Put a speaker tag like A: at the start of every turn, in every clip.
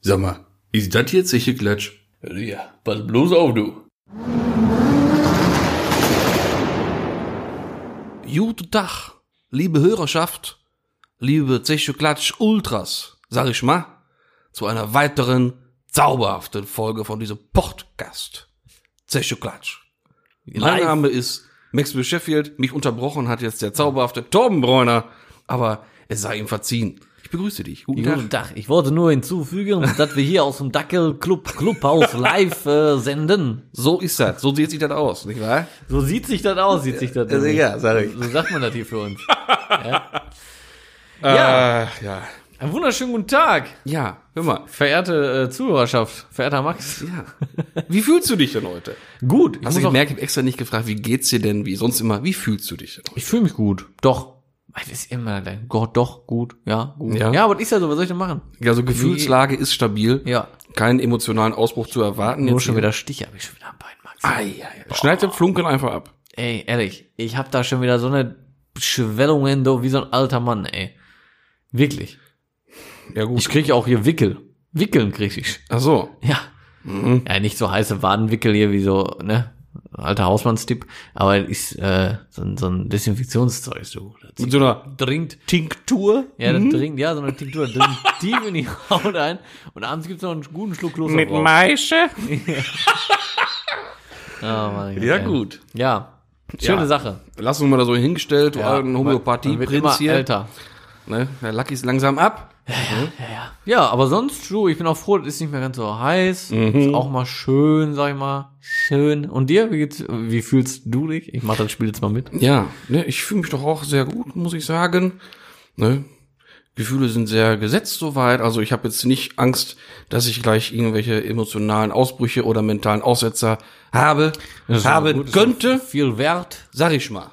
A: Sag mal, ist das jetzt sicher Klatsch?
B: Ja, pass bloß auf, du.
C: Guten Tag, liebe Hörerschaft, liebe Zeche Klatsch Ultras, sag ich mal, zu einer weiteren zauberhaften Folge von diesem Podcast. Zeche Klatsch. Mein
B: Live.
C: Name ist Max Sheffield, mich unterbrochen hat jetzt der zauberhafte Torben Bräuner, aber es sei ihm verziehen. Ich begrüße dich. Guten Tag.
B: Guten Tag. Ich wollte nur hinzufügen, dass wir hier aus dem Dackel Club Clubhaus live äh, senden.
C: So ist das. So sieht sich das aus, nicht wahr?
B: So sieht sich das aus, sieht sich das
C: Also
B: nämlich.
C: ja, sag ich.
B: So sagt man das hier für uns.
C: Ja. Äh, ja.
B: Einen wunderschönen guten Tag,
C: Ja, hör mal.
B: verehrte äh, Zuhörerschaft, verehrter Max.
C: Ja. Wie fühlst du dich denn heute?
B: Gut, ich,
C: Hast du
B: muss auch-
C: gemerkt, ich habe extra nicht gefragt, wie geht's dir denn, wie sonst immer, wie fühlst du dich denn heute?
B: ich fühle mich gut. Doch. Das ist immer dein Gott, doch, gut, ja, gut.
C: Ja.
B: aber das ist ja so, was soll ich denn machen?
C: Also Gefühlslage ist stabil,
B: Ja.
C: keinen emotionalen Ausbruch zu erwarten.
B: Nur
C: jetzt
B: schon
C: hier.
B: wieder Stich habe ich schon wieder am Bein, Max.
C: Ei, ei, ei. Schneid den Flunken einfach ab.
B: Ey, ehrlich, ich hab da schon wieder so eine Schwellung in do, wie so ein alter Mann, ey. Wirklich.
C: Ja gut.
B: Ich krieg auch hier Wickel. Wickeln krieg ich.
C: Ach so.
B: Ja.
C: Mhm.
B: Ja, nicht so heiße Wadenwickel hier wie so, ne? Alter Hausmannstipp, aber ist äh, so, ein- so ein Desinfektionszeug so. Das
C: Mit so einer
B: dringt,
C: Tinktur.
B: ja, das dringt, ja, so eine Tinktur das dringt tief in die Haut ein und abends gibt's noch einen guten Schluck Kloster drauf.
C: Maische.
B: Oh, Mann,
C: Ja
B: ey.
C: gut.
B: Ja, schöne
C: Ja.
B: Sache.
C: Lass uns mal da so hingestellt, du
B: Ja,
C: alten
B: man wird immer
C: Homöopathieprinz hier.
B: Älter.
C: Ne? Der Lucky ist langsam ab.
B: Ja, aber sonst, du, ich bin auch froh, das ist nicht mehr ganz so heiß.
C: Mhm.
B: Ist auch mal schön, sag ich mal. Schön. Und dir, wie, geht's, wie fühlst du dich? Ich mach das Spiel jetzt mal mit.
C: Ja, ne, ich fühle mich doch auch sehr gut, muss ich sagen. Ne? Gefühle sind sehr gesetzt soweit. Also ich habe jetzt nicht Angst, dass ich gleich irgendwelche emotionalen Ausbrüche oder mentalen Aussetzer habe, haben könnte,
B: Viel wert.
C: sag ich mal.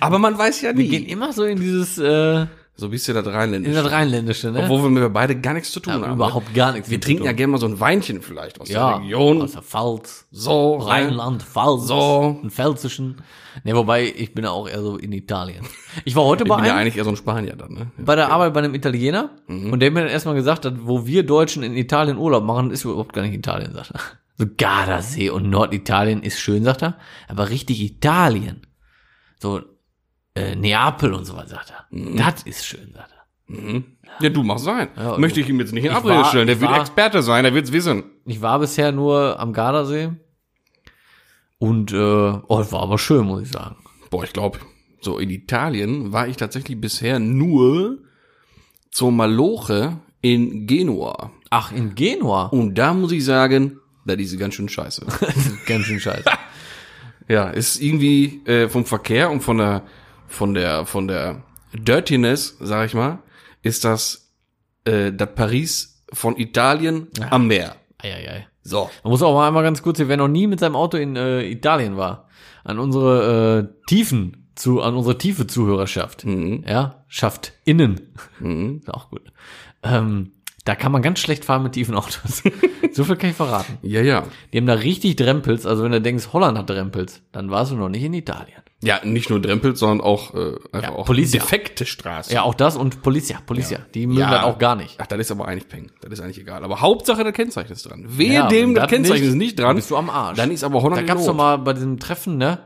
C: Aber man weiß ja
B: Wir gehen
C: nie.
B: immer so in dieses, äh,
C: So bist du das
B: in
C: Rheinländische.
B: das Rheinländische, ne?
C: Obwohl wir mit beide gar nichts zu tun
B: ja,
C: haben. ne?
B: überhaupt gar nichts.
C: Wir trinken ja gerne mal so ein Weinchen vielleicht aus
B: ja,
C: der Region.
B: Aus der Pfalz.
C: so, ne?
B: Rheinland, Pfalz.
C: So.
B: Einen pfälzischen. Ne, wobei, ich bin ja auch eher so in Italien. Ich war heute
C: Ich
B: bei
C: bin ja
B: einem.
C: eigentlich eher so ein Spanier dann, ne?
B: bei der Arbeit bei einem Italiener und der mir dann erstmal gesagt hat, wo wir Deutschen in Italien Urlaub machen, ist überhaupt gar nicht Italien, sagt er. So Gardasee und Norditalien ist schön, sagt er, aber richtig Italien. So äh, Neapel und sowas, sagt er. Das ist schön, sagt er.
C: Ja, du machst sein.
B: Ja,
C: Möchte ich ihm jetzt nicht in
B: ich
C: Abrede
B: war-
C: stellen. Der
B: ich
C: wird
B: war-
C: Experte sein, der wird's wissen.
B: Ich war bisher nur am Gardasee und äh, oh, das war aber schön, muss ich sagen.
C: Boah, ich glaube, so in Italien war ich tatsächlich bisher nur zur Maloche in Genua.
B: Ach, in Genua.
C: Und da muss ich sagen, da diese ganz schön scheiße.
B: Ganz schön scheiße.
C: ja, ist irgendwie äh, vom Verkehr und von der von der von der Dirtiness, sag ich mal, ist das äh, das Paris von Italien am Meer.
B: Eieiei.
C: So.
B: Man muss auch mal einmal ganz kurz, hier, wer noch nie mit seinem Auto in äh, Italien war, an unsere äh, Tiefen zu, an unsere tiefe Zuhörerschaft,
C: Mhm.
B: ja, schafft innen, ist auch gut. Ähm, da kann man ganz schlecht fahren mit tiefen Autos. so viel kann ich verraten.
C: Ja, ja.
B: Die haben da richtig Drempels. Also wenn du denkst, Holland hat Drempels, dann warst du noch nicht in Italien.
C: Ja, nicht nur Drempel, sondern auch äh, einfach
B: Ja,
C: auch
B: Polizia.
C: defekte Straßen.
B: Ja, auch das und Polizia, Polizia, die mögen das auch gar nicht.
C: Ach, das ist aber eigentlich Peng. Das ist eigentlich egal. Aber Hauptsache, das Kennzeichen ist dran. Wehe
B: Ja, wenn
C: dem, das
B: das
C: Kennzeichen
B: nicht,
C: ist nicht dran.
B: bist du am Arsch.
C: Dann ist aber Honor
B: Da gab's doch mal bei diesem Treffen, ne?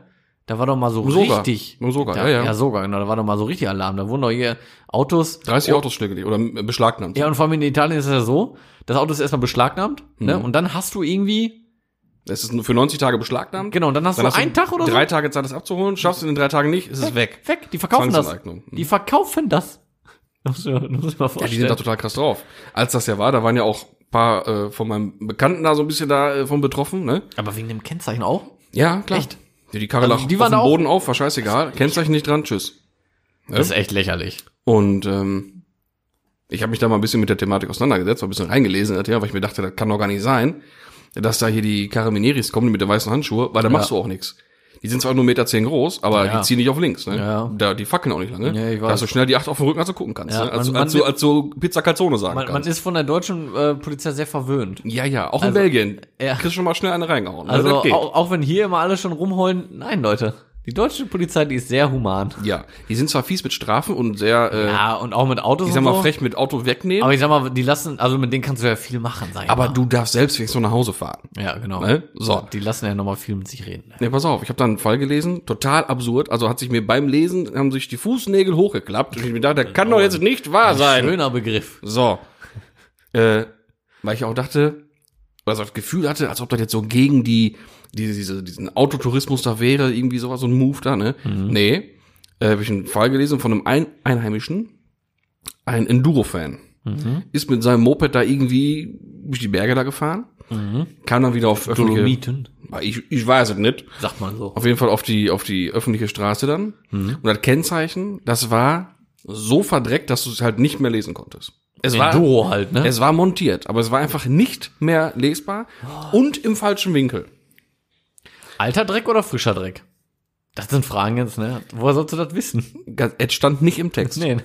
B: Da war doch mal so
C: Soga.
B: richtig.
C: Im Soga,
B: da,
C: ja, ja.
B: sogar, genau. Da war doch mal so richtig Alarm. Da wurden doch hier Autos.
C: 30 Autos stillgelegt oder äh, beschlagnahmt.
B: Oh. Ja, und vor allem in Italien ist es ja so, das Auto ist erstmal beschlagnahmt, ne?
C: Mhm.
B: Und dann hast du irgendwie,
C: Es ist nur für 90 Tage beschlagnahmt.
B: genau, und dann hast
C: Dann
B: du
C: hast du
B: einen Tag oder
C: Drei
B: so.
C: Tage Zeit, das abzuholen. Schaffst du in den drei Tagen nicht, ist es weg.
B: Weg, die verkaufen das.
C: Zwangsenteignung. Mhm.
B: Die verkaufen das. Das musst du das musst du dir mal
C: Ja, die
B: vorstellen.
C: sind da total krass drauf. Als das ja war, da waren ja auch ein paar äh, von meinem Bekannten da so ein bisschen da äh, von betroffen, ne?
B: Aber wegen dem Kennzeichen auch?
C: Ja, klar.
B: Echt?
C: Die, die Karre
B: Also,
C: lag
B: die
C: auf
B: waren
C: dem
B: auch-
C: Boden auf, war scheißegal. Kennzeichen nicht dran, tschüss.
B: Das ist echt lächerlich.
C: Und ähm, ich habe mich da mal ein bisschen mit der Thematik auseinandergesetzt, mal ein bisschen reingelesen in das Thema, weil ich mir dachte, das kann doch gar nicht sein, dass da hier die Caramineris kommen die mit den weißen Handschuhe, weil da machst du auch nichts. Die sind zwar nur 1,10 Meter zehn groß, aber
B: Ja.
C: die ziehen nicht auf links, ne?
B: Ja.
C: Da, die fackeln auch nicht lange.
B: Ja, ich
C: da
B: weiß.
C: hast du schnell die Acht auf dem Rücken, als du gucken kannst.
B: Ja,
C: ne? als,
B: man- man
C: als, du,
B: wird-
C: als du Pizza Calzone sagen
B: Man, man
C: kannst.
B: ist von der deutschen äh, Polizei sehr verwöhnt.
C: ja, ja, auch in
B: Also,
C: Belgien.
B: ja.
C: Kriegst du schon mal schnell eine reingehauen. ne?
B: Also
C: das geht.
B: auch, auch wenn hier immer alle schon rumheulen, nein, Leute. Die deutsche Polizei, die ist sehr human.
C: Ja, die sind zwar fies mit Strafen und sehr, äh,
B: Ja, und auch mit Autos
C: ich sag mal,
B: und so.
C: frech mit Auto wegnehmen,
B: Aber
C: aber,
B: ich sag mal, die lassen, also mit denen kannst du ja viel machen, sag ich mal.
C: du darfst selbst wenigstens noch nach Hause fahren.
B: Ja, genau.
C: Ne? So.
B: Die lassen ja nochmal viel mit sich reden.
C: Ne, pass auf, ich habe da einen Fall gelesen, total absurd. Also hat sich mir beim Lesen, haben sich die Fußnägel hochgeklappt. Und ich mir dachte, das kann doch jetzt nicht wahr sein.
B: Schöner Begriff.
C: So. Äh, weil ich auch dachte, oder so das Gefühl hatte, als ob das jetzt so gegen die, diese, diese, diesen Autotourismus da wäre, irgendwie sowas, so ein Move da, ne? Nee. Äh, habe ich einen Fall gelesen von einem ein Einheimischen, ein Enduro-Fan. Ist mit seinem Moped da irgendwie durch die Berge da gefahren. Kam dann wieder auf öffentliche...
B: Dolomiten,
C: Ich, ich weiß es nicht.
B: sagt man so.
C: Auf jeden Fall auf die, auf die öffentliche Straße dann.
B: Mhm.
C: Und das Kennzeichen, das war so verdreckt, dass du es halt nicht mehr lesen konntest. Es war,
B: Enduro halt, ne?
C: es war montiert, aber es war einfach nicht mehr lesbar und im falschen Winkel.
B: Alter Dreck oder frischer Dreck? Das sind Fragen jetzt, ne? Woher sollst du das wissen?
C: Ga- Es stand nicht im Text.
B: Nee.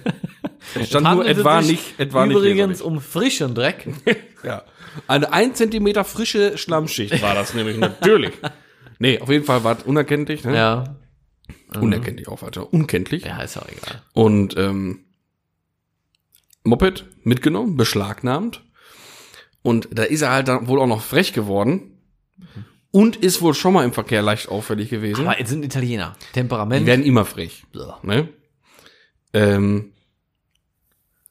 C: Es stand nur,
B: Handelt
C: es war
B: sich
C: nicht, es war
B: Übrigens
C: nicht
B: um frischen Dreck.
C: leserlich. Ja. Eine ein Zentimeter frische Schlammschicht war das nämlich, natürlich. Nee, auf jeden Fall war es unerkenntlich, ne?
B: ja.
C: Unerkenntlich auch weiter. Unkenntlich.
B: Ja, ist auch egal.
C: Und ähm, Moped mitgenommen, beschlagnahmt. Und da ist er halt dann wohl auch noch frech geworden. Und ist wohl schon mal im Verkehr leicht auffällig gewesen.
B: Aber es sind Italiener.
C: Die
B: Temperament.
C: werden immer frech. Ne? Ähm,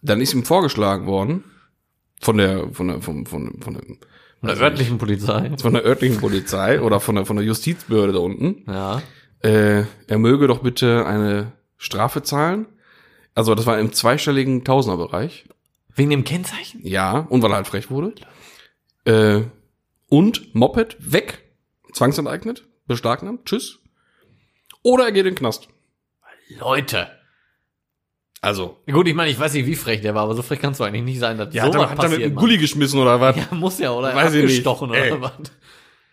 C: dann ist ihm vorgeschlagen worden von der von der von, von, von, der,
B: Von der örtlichen Polizei.
C: von der örtlichen Polizei oder von der von der Justizbehörde da unten,
B: Ja.
C: äh, er möge doch bitte eine Strafe zahlen. Also das war im zweistelligen Tausenderbereich.
B: Wegen dem Kennzeichen?
C: Ja, und weil er halt frech wurde. Äh, und Moped weg, zwangsenteignet, beschlagnahmt, tschüss. Oder er geht in den Knast.
B: Leute.
C: Also,
B: Gut, ich meine, ich weiß nicht, wie frech der war, aber so frech kannst du eigentlich nicht sein, dass
C: ja,
B: so
C: hat, er, hat er mit
B: passiert.
C: einem
B: Mann.
C: Gulli geschmissen oder was?
B: Ja, muss ja, oder?
C: Weiß ich nicht.
B: Abgestochen
C: Ey.
B: oder was?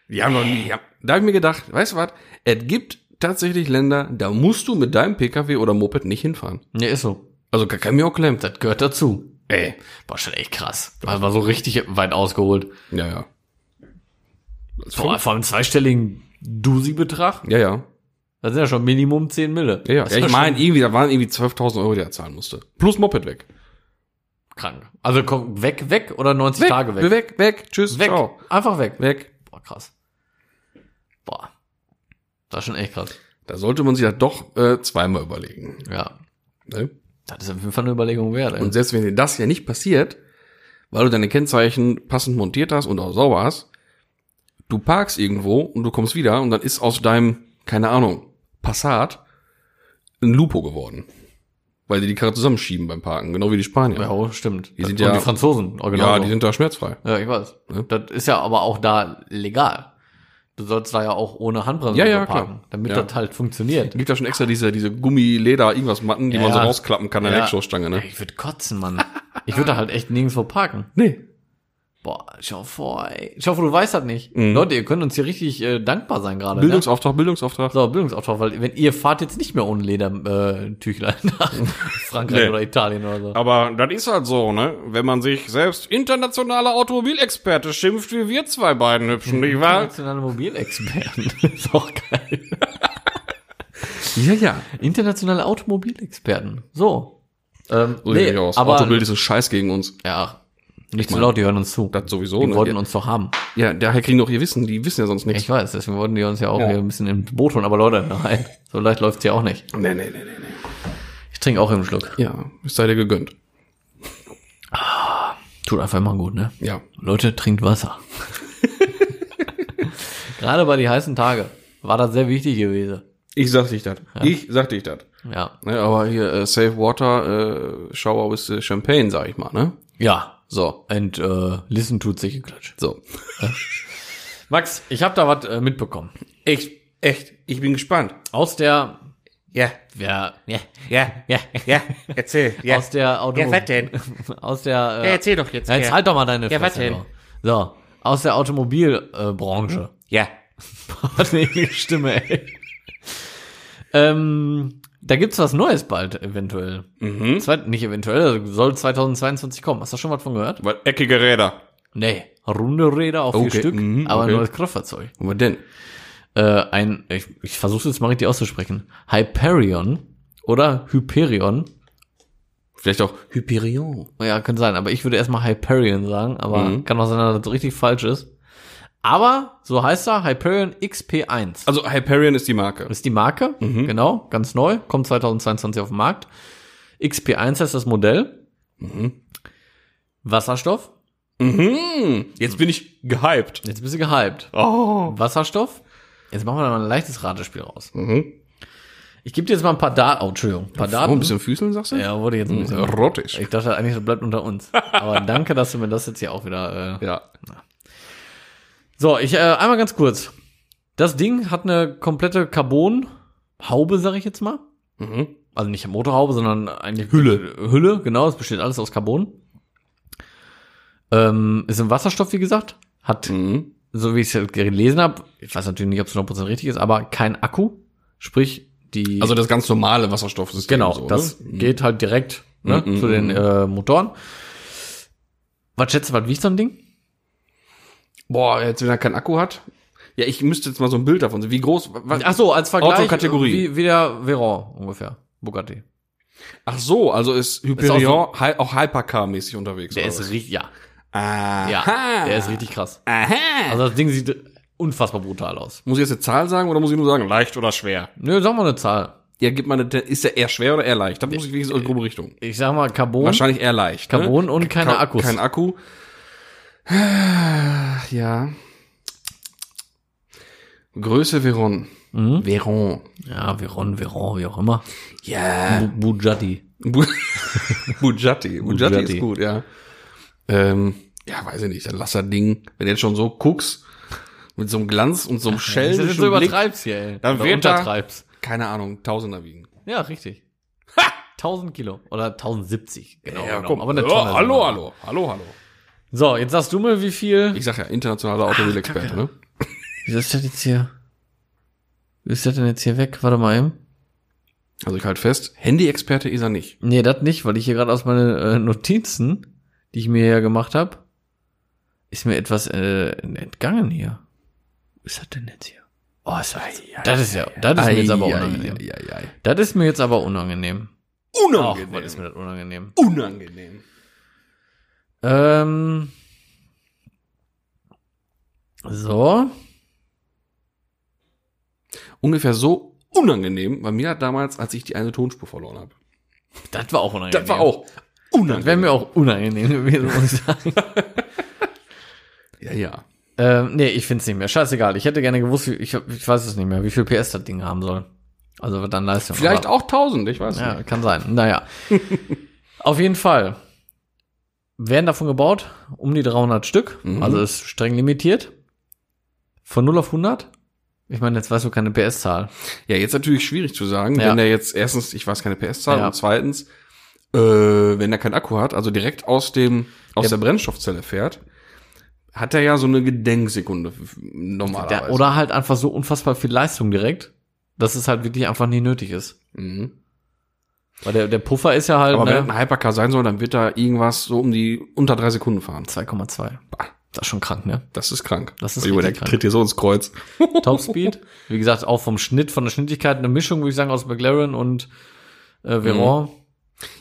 C: Die haben noch nie. Ja. Da habe ich mir gedacht, weißt du was? Es gibt tatsächlich Länder, da musst du mit deinem PKW oder Moped nicht hinfahren.
B: Ja, ist so.
C: Also kann, kann mir auch klemmen.
B: Das gehört dazu.
C: Ey.
B: War schon echt krass. War, war so richtig weit ausgeholt.
C: Ja, ja. Das
B: Vor, vor allem zweistelligen Dusi-Betrag.
C: ja, ja.
B: Das sind ja schon Minimum 10 Mille.
C: Ja, ja.
B: Das
C: ja
B: ist
C: ich
B: schon
C: meine, irgendwie, da waren irgendwie 12.000 Euro, die er zahlen musste. Plus Moped weg.
B: Krank. Also komm, weg, weg oder 90 Tage weg?
C: Weg, weg. Tschüss.
B: Weg.
C: Ciao.
B: Einfach weg.
C: Weg.
B: Boah, krass. Boah. Das ist schon echt krass.
C: Da sollte man sich ja doch äh, zweimal überlegen.
B: Ja.
C: Ne?
B: Das ist auf jeden Fall eine Überlegung wert. Ey.
C: Und selbst wenn dir das ja nicht passiert, weil du deine Kennzeichen passend montiert hast und auch sauber hast, du parkst irgendwo und du kommst wieder und dann ist aus deinem, keine Ahnung, Passat ein Lupo geworden. Weil die die Karre zusammenschieben beim Parken, genau wie die Spanier.
B: ja, oh, stimmt.
C: Die
B: Das-
C: sind
B: und
C: ja-
B: die Franzosen, oh,
C: ja,
B: so.
C: die sind da schmerzfrei.
B: Ja, ich weiß.
C: Ne?
B: Das ist ja aber auch da legal. Du sollst da ja auch ohne Handbremse
C: Ja, ja,
B: so parken,
C: klar.
B: damit
C: Ja.
B: das halt funktioniert.
C: Gibt ja schon extra diese, diese Gummi-Leder-Irgendwas-Matten, die
B: Ja,
C: man so
B: ja.
C: rausklappen kann an der Elektrostange, ne?
B: Ey, Ich würde kotzen, Mann. Ich würde da halt echt nirgendwo parken.
C: Nee.
B: Boah, schau vor, ey. Schau vor, du weißt das nicht.
C: Mhm.
B: Leute, ihr könnt uns hier richtig äh, dankbar sein gerade. Ne?
C: Bildungsauftrag, Bildungsauftrag.
B: So, Bildungsauftrag, weil wenn ihr fahrt jetzt nicht mehr ohne Ledertüchlein nach Frankreich
C: Nee.
B: oder Italien oder so.
C: Aber das ist halt so, ne? Wenn man sich selbst internationaler Automobilexperte schimpft, wie wir zwei beiden hübschen, nicht wahr?
B: Internationale Mobilexperten. ist auch geil.
C: Ja, ja.
B: Internationale Automobilexperten. So. Ähm,
C: So
B: nee,
C: sieht aus.
B: aber
C: Autobild ist ein Scheiß gegen uns.
B: Ja. Nicht zu laut, die hören uns zu.
C: Das sowieso.
B: die
C: ne?
B: wollten
C: Ja,
B: uns doch haben.
C: ja, daher kriegen doch ihr Wissen. Die wissen ja sonst nichts.
B: Ich weiß, deswegen wollten die uns ja auch hier ein bisschen im Boot holen. Aber Leute, nein, so leicht läuft's ja auch nicht.
C: Nee, nee, nee, nee.
B: Ich trinke auch im Schluck.
C: Ja, es sei dir gegönnt.
B: Tut einfach immer gut, ne?
C: Ja.
B: Leute, trinkt Wasser. Gerade bei die heißen Tage war das sehr wichtig gewesen.
C: Ich sag dich das. Ich sag dich das.
B: Ja.
C: Ne, aber hier, äh, Save Water, äh, Shower with äh, Champagne, sag ich mal, ne?
B: Ja.
C: So.
B: And äh, listen tut sich geklatsch.
C: So.
B: Max, ich habe da was äh, mitbekommen.
C: Echt, echt. Ich bin gespannt.
B: Aus der
D: Ja,
B: ja, ja,
D: ja,
B: ja,
D: ja, erzähl. Ja,
B: aus der Auto
D: ja was denn?
B: aus der äh,
D: Ja, erzähl doch jetzt.
B: Ja, jetzt halt doch mal deine
D: Ja,
B: Fresse.
D: warte.
B: doch. So, aus der Automobilbranche. Äh, Branche.
D: ja.
B: Ordentliche Stimme, ey. ähm, da gibt's was Neues bald, eventuell.
C: Mhm.
B: Zweit, nicht eventuell, also soll 2022 kommen. Hast du schon was von gehört?
C: Weil eckige Räder.
B: Nee. Runde Räder auf vier
C: Okay,
B: Stück,
C: mhm,
B: aber ein
C: okay.
B: neues Kraftfahrzeug.
C: Was denn?
B: äh, ein, ich, ich versuche jetzt mal richtig auszusprechen, Hyperion oder Hyperion.
C: Vielleicht auch Hyperion.
B: Ja, kann sein, aber ich würde erstmal Hyperion sagen, aber
C: Mhm.
B: kann auch sein, dass das richtig falsch ist. Aber so heißt er, Hyperion XP1.
C: Also Hyperion ist die Marke.
B: ist die Marke,
C: Mhm.
B: genau, ganz neu, kommt 2022 auf den Markt. XP1 heißt das Modell. Wasserstoff,
C: Mhm. Jetzt bin ich gehypt.
B: jetzt bist du gehypt.
C: Oh.
B: Wasserstoff, jetzt machen wir da mal ein leichtes Ratespiel raus.
C: Mhm.
B: Ich gebe dir jetzt mal ein paar Daten, oh, Entschuldigung, ein paar
C: Oh, ein
B: Daten.
C: bisschen Füßeln, sagst du? Mhm.
B: Ja, Mhm. wurde jetzt ein bisschen.
C: Erotisch.
B: Ich dachte eigentlich, das bleibt unter uns. Aber danke, dass du mir das jetzt hier auch wieder. Äh
C: Ja.
B: so, ich äh, einmal ganz kurz. Das Ding hat eine komplette Carbon-Haube, sag ich jetzt mal.
C: Mhm.
B: Also nicht Motorhaube, sondern eigentlich Hülle. Hülle, genau. Es besteht alles aus Carbon. Ähm, ist im Wasserstoff, wie gesagt. Hat,
C: Mhm.
B: so wie ich es gelesen habe, ich weiß natürlich nicht, ob es 100% richtig ist, aber kein Akku. Sprich, die.
C: Also das ganz normale Wasserstoffsystem.
B: Genau,
C: so,
B: das
C: ne?
B: geht halt direkt ne,
C: Mhm,
B: zu den
C: mhm.
B: äh, Motoren. Was schätzt du, was wiegt so ein Ding?
C: Boah, jetzt wenn er keinen Akku hat. Ja, ich müsste jetzt mal so ein Bild davon sehen. Wie groß? Was?
B: Ach so, als Vergleich
C: Autokategorie.
B: Wie, wie der Veyron ungefähr, Bugatti.
C: Ach so, also ist
B: Ist
C: Hyperion auch, hy auch Hypercar-mäßig unterwegs.
B: Der
C: oder
B: ist
C: was?
B: richtig, ja,
C: Aha. Ah.
B: ja, der ist richtig krass.
C: Aha.
B: Also das Ding sieht unfassbar brutal aus.
C: muss ich jetzt eine Zahl sagen oder muss ich nur sagen, leicht oder schwer?
B: Nö, sag mal eine Zahl.
C: Ja, gib mal eine, ist der eher schwer oder eher leicht? Da muss ich wenigstens in grobe Richtung.
B: Ich sag mal Carbon,
C: Wahrscheinlich eher leicht.
B: Carbon und keine
C: Ka-
B: Akkus.
C: Kein Akku. Ja. Größe Veron.
B: Mhm.
C: Veron.
B: ja, Veyron, Veyron, wie auch immer.
C: Ja.
B: Bu Bugatti.
C: Bu- Bugatti. Bugatti
B: Bugatti.
C: ist gut, ja. Ähm, ja, weiß ich nicht. Dann lass das Ding, wenn du jetzt schon so guckst, mit so einem Glanz und so einem
B: Wenn du
C: Schelm.
B: das so übertreibst hier, ey.
C: Dann
B: Oder
C: wird da-
B: untertreibst.
C: Keine Ahnung, Tausender wiegen.
B: Ja, richtig. 1000 Kilo oder 1070, genau.
C: Ja,
B: genommen.
C: komm.
B: Aber eine Tonne
C: ja,
B: sind
C: Oh, hallo,
B: wir.
C: hallo, hallo, hallo.
B: So, jetzt sagst du mir, wie viel.
C: Ich sag ja,
B: Ah,
C: internationaler Automobilexperte, ne?
B: Wieso ist das jetzt hier? Wie ist das denn jetzt hier weg? Warte mal eben.
C: Also ich halte fest, Handy-Experte ist er nicht.
B: Nee, das nicht, weil ich hier gerade aus meinen äh, Notizen, die ich mir hier gemacht habe, ist mir etwas äh, entgangen hier. Was ist das denn jetzt hier? Oh, ist das, das ist ja, das ist mir jetzt aber unangenehm. Das ist mir jetzt aber unangenehm. Ach, was ist mir das unangenehm?
C: Unangenehm.
B: Ähm. So.
C: Ungefähr so unangenehm war mir das damals, als ich die eine Tonspur verloren habe.
B: Das war auch unangenehm.
C: Das war auch
B: Das wäre
C: unangenehm.
B: mir auch unangenehm gewesen, muss ich sagen.
C: Ja, ja.
B: ähm, nee, ich find's nicht mehr. Scheißegal. Ich hätte gerne gewusst, wie, ich, ich weiß es nicht mehr, wie viel PS das Ding haben soll. Also was dann Leistung.
C: Vielleicht
B: aber-
C: auch 1000, ich weiß
B: Ja,
C: nicht.
B: kann sein. Naja. Auf jeden Fall werden davon gebaut um die 300 Stück.
C: Mhm.
B: Also ist streng limitiert. Von 0 auf 100. Ich meine, jetzt weißt du keine PS-Zahl.
C: Ja, jetzt natürlich schwierig zu sagen,
B: Ja.
C: wenn er jetzt erstens, ich weiß keine PS-Zahl
B: Ja.
C: und zweitens, äh, wenn er keinen Akku hat, also direkt aus dem aus
B: Ja.
C: der Brennstoffzelle fährt, hat er ja so eine Gedenksekunde f- normalerweise.
B: Der, oder halt einfach so unfassbar viel Leistung direkt, dass es halt wirklich einfach nicht nötig ist.
C: Mhm.
B: Weil der, der Puffer ist ja halt
C: Aber
B: ne,
C: wenn ein Hypercar sein soll, dann wird da irgendwas so um die unter drei Sekunden fahren.
B: 2,2. Das ist schon krank, ne?
C: Das ist krank.
B: Das ist
C: Ui,
B: richtig
C: der
B: krank.
C: tritt dir so ins Kreuz.
B: Topspeed. Wie gesagt, auch vom Schnitt, von der Schnittigkeit eine Mischung, würde ich sagen, aus McLaren und äh, Veyron.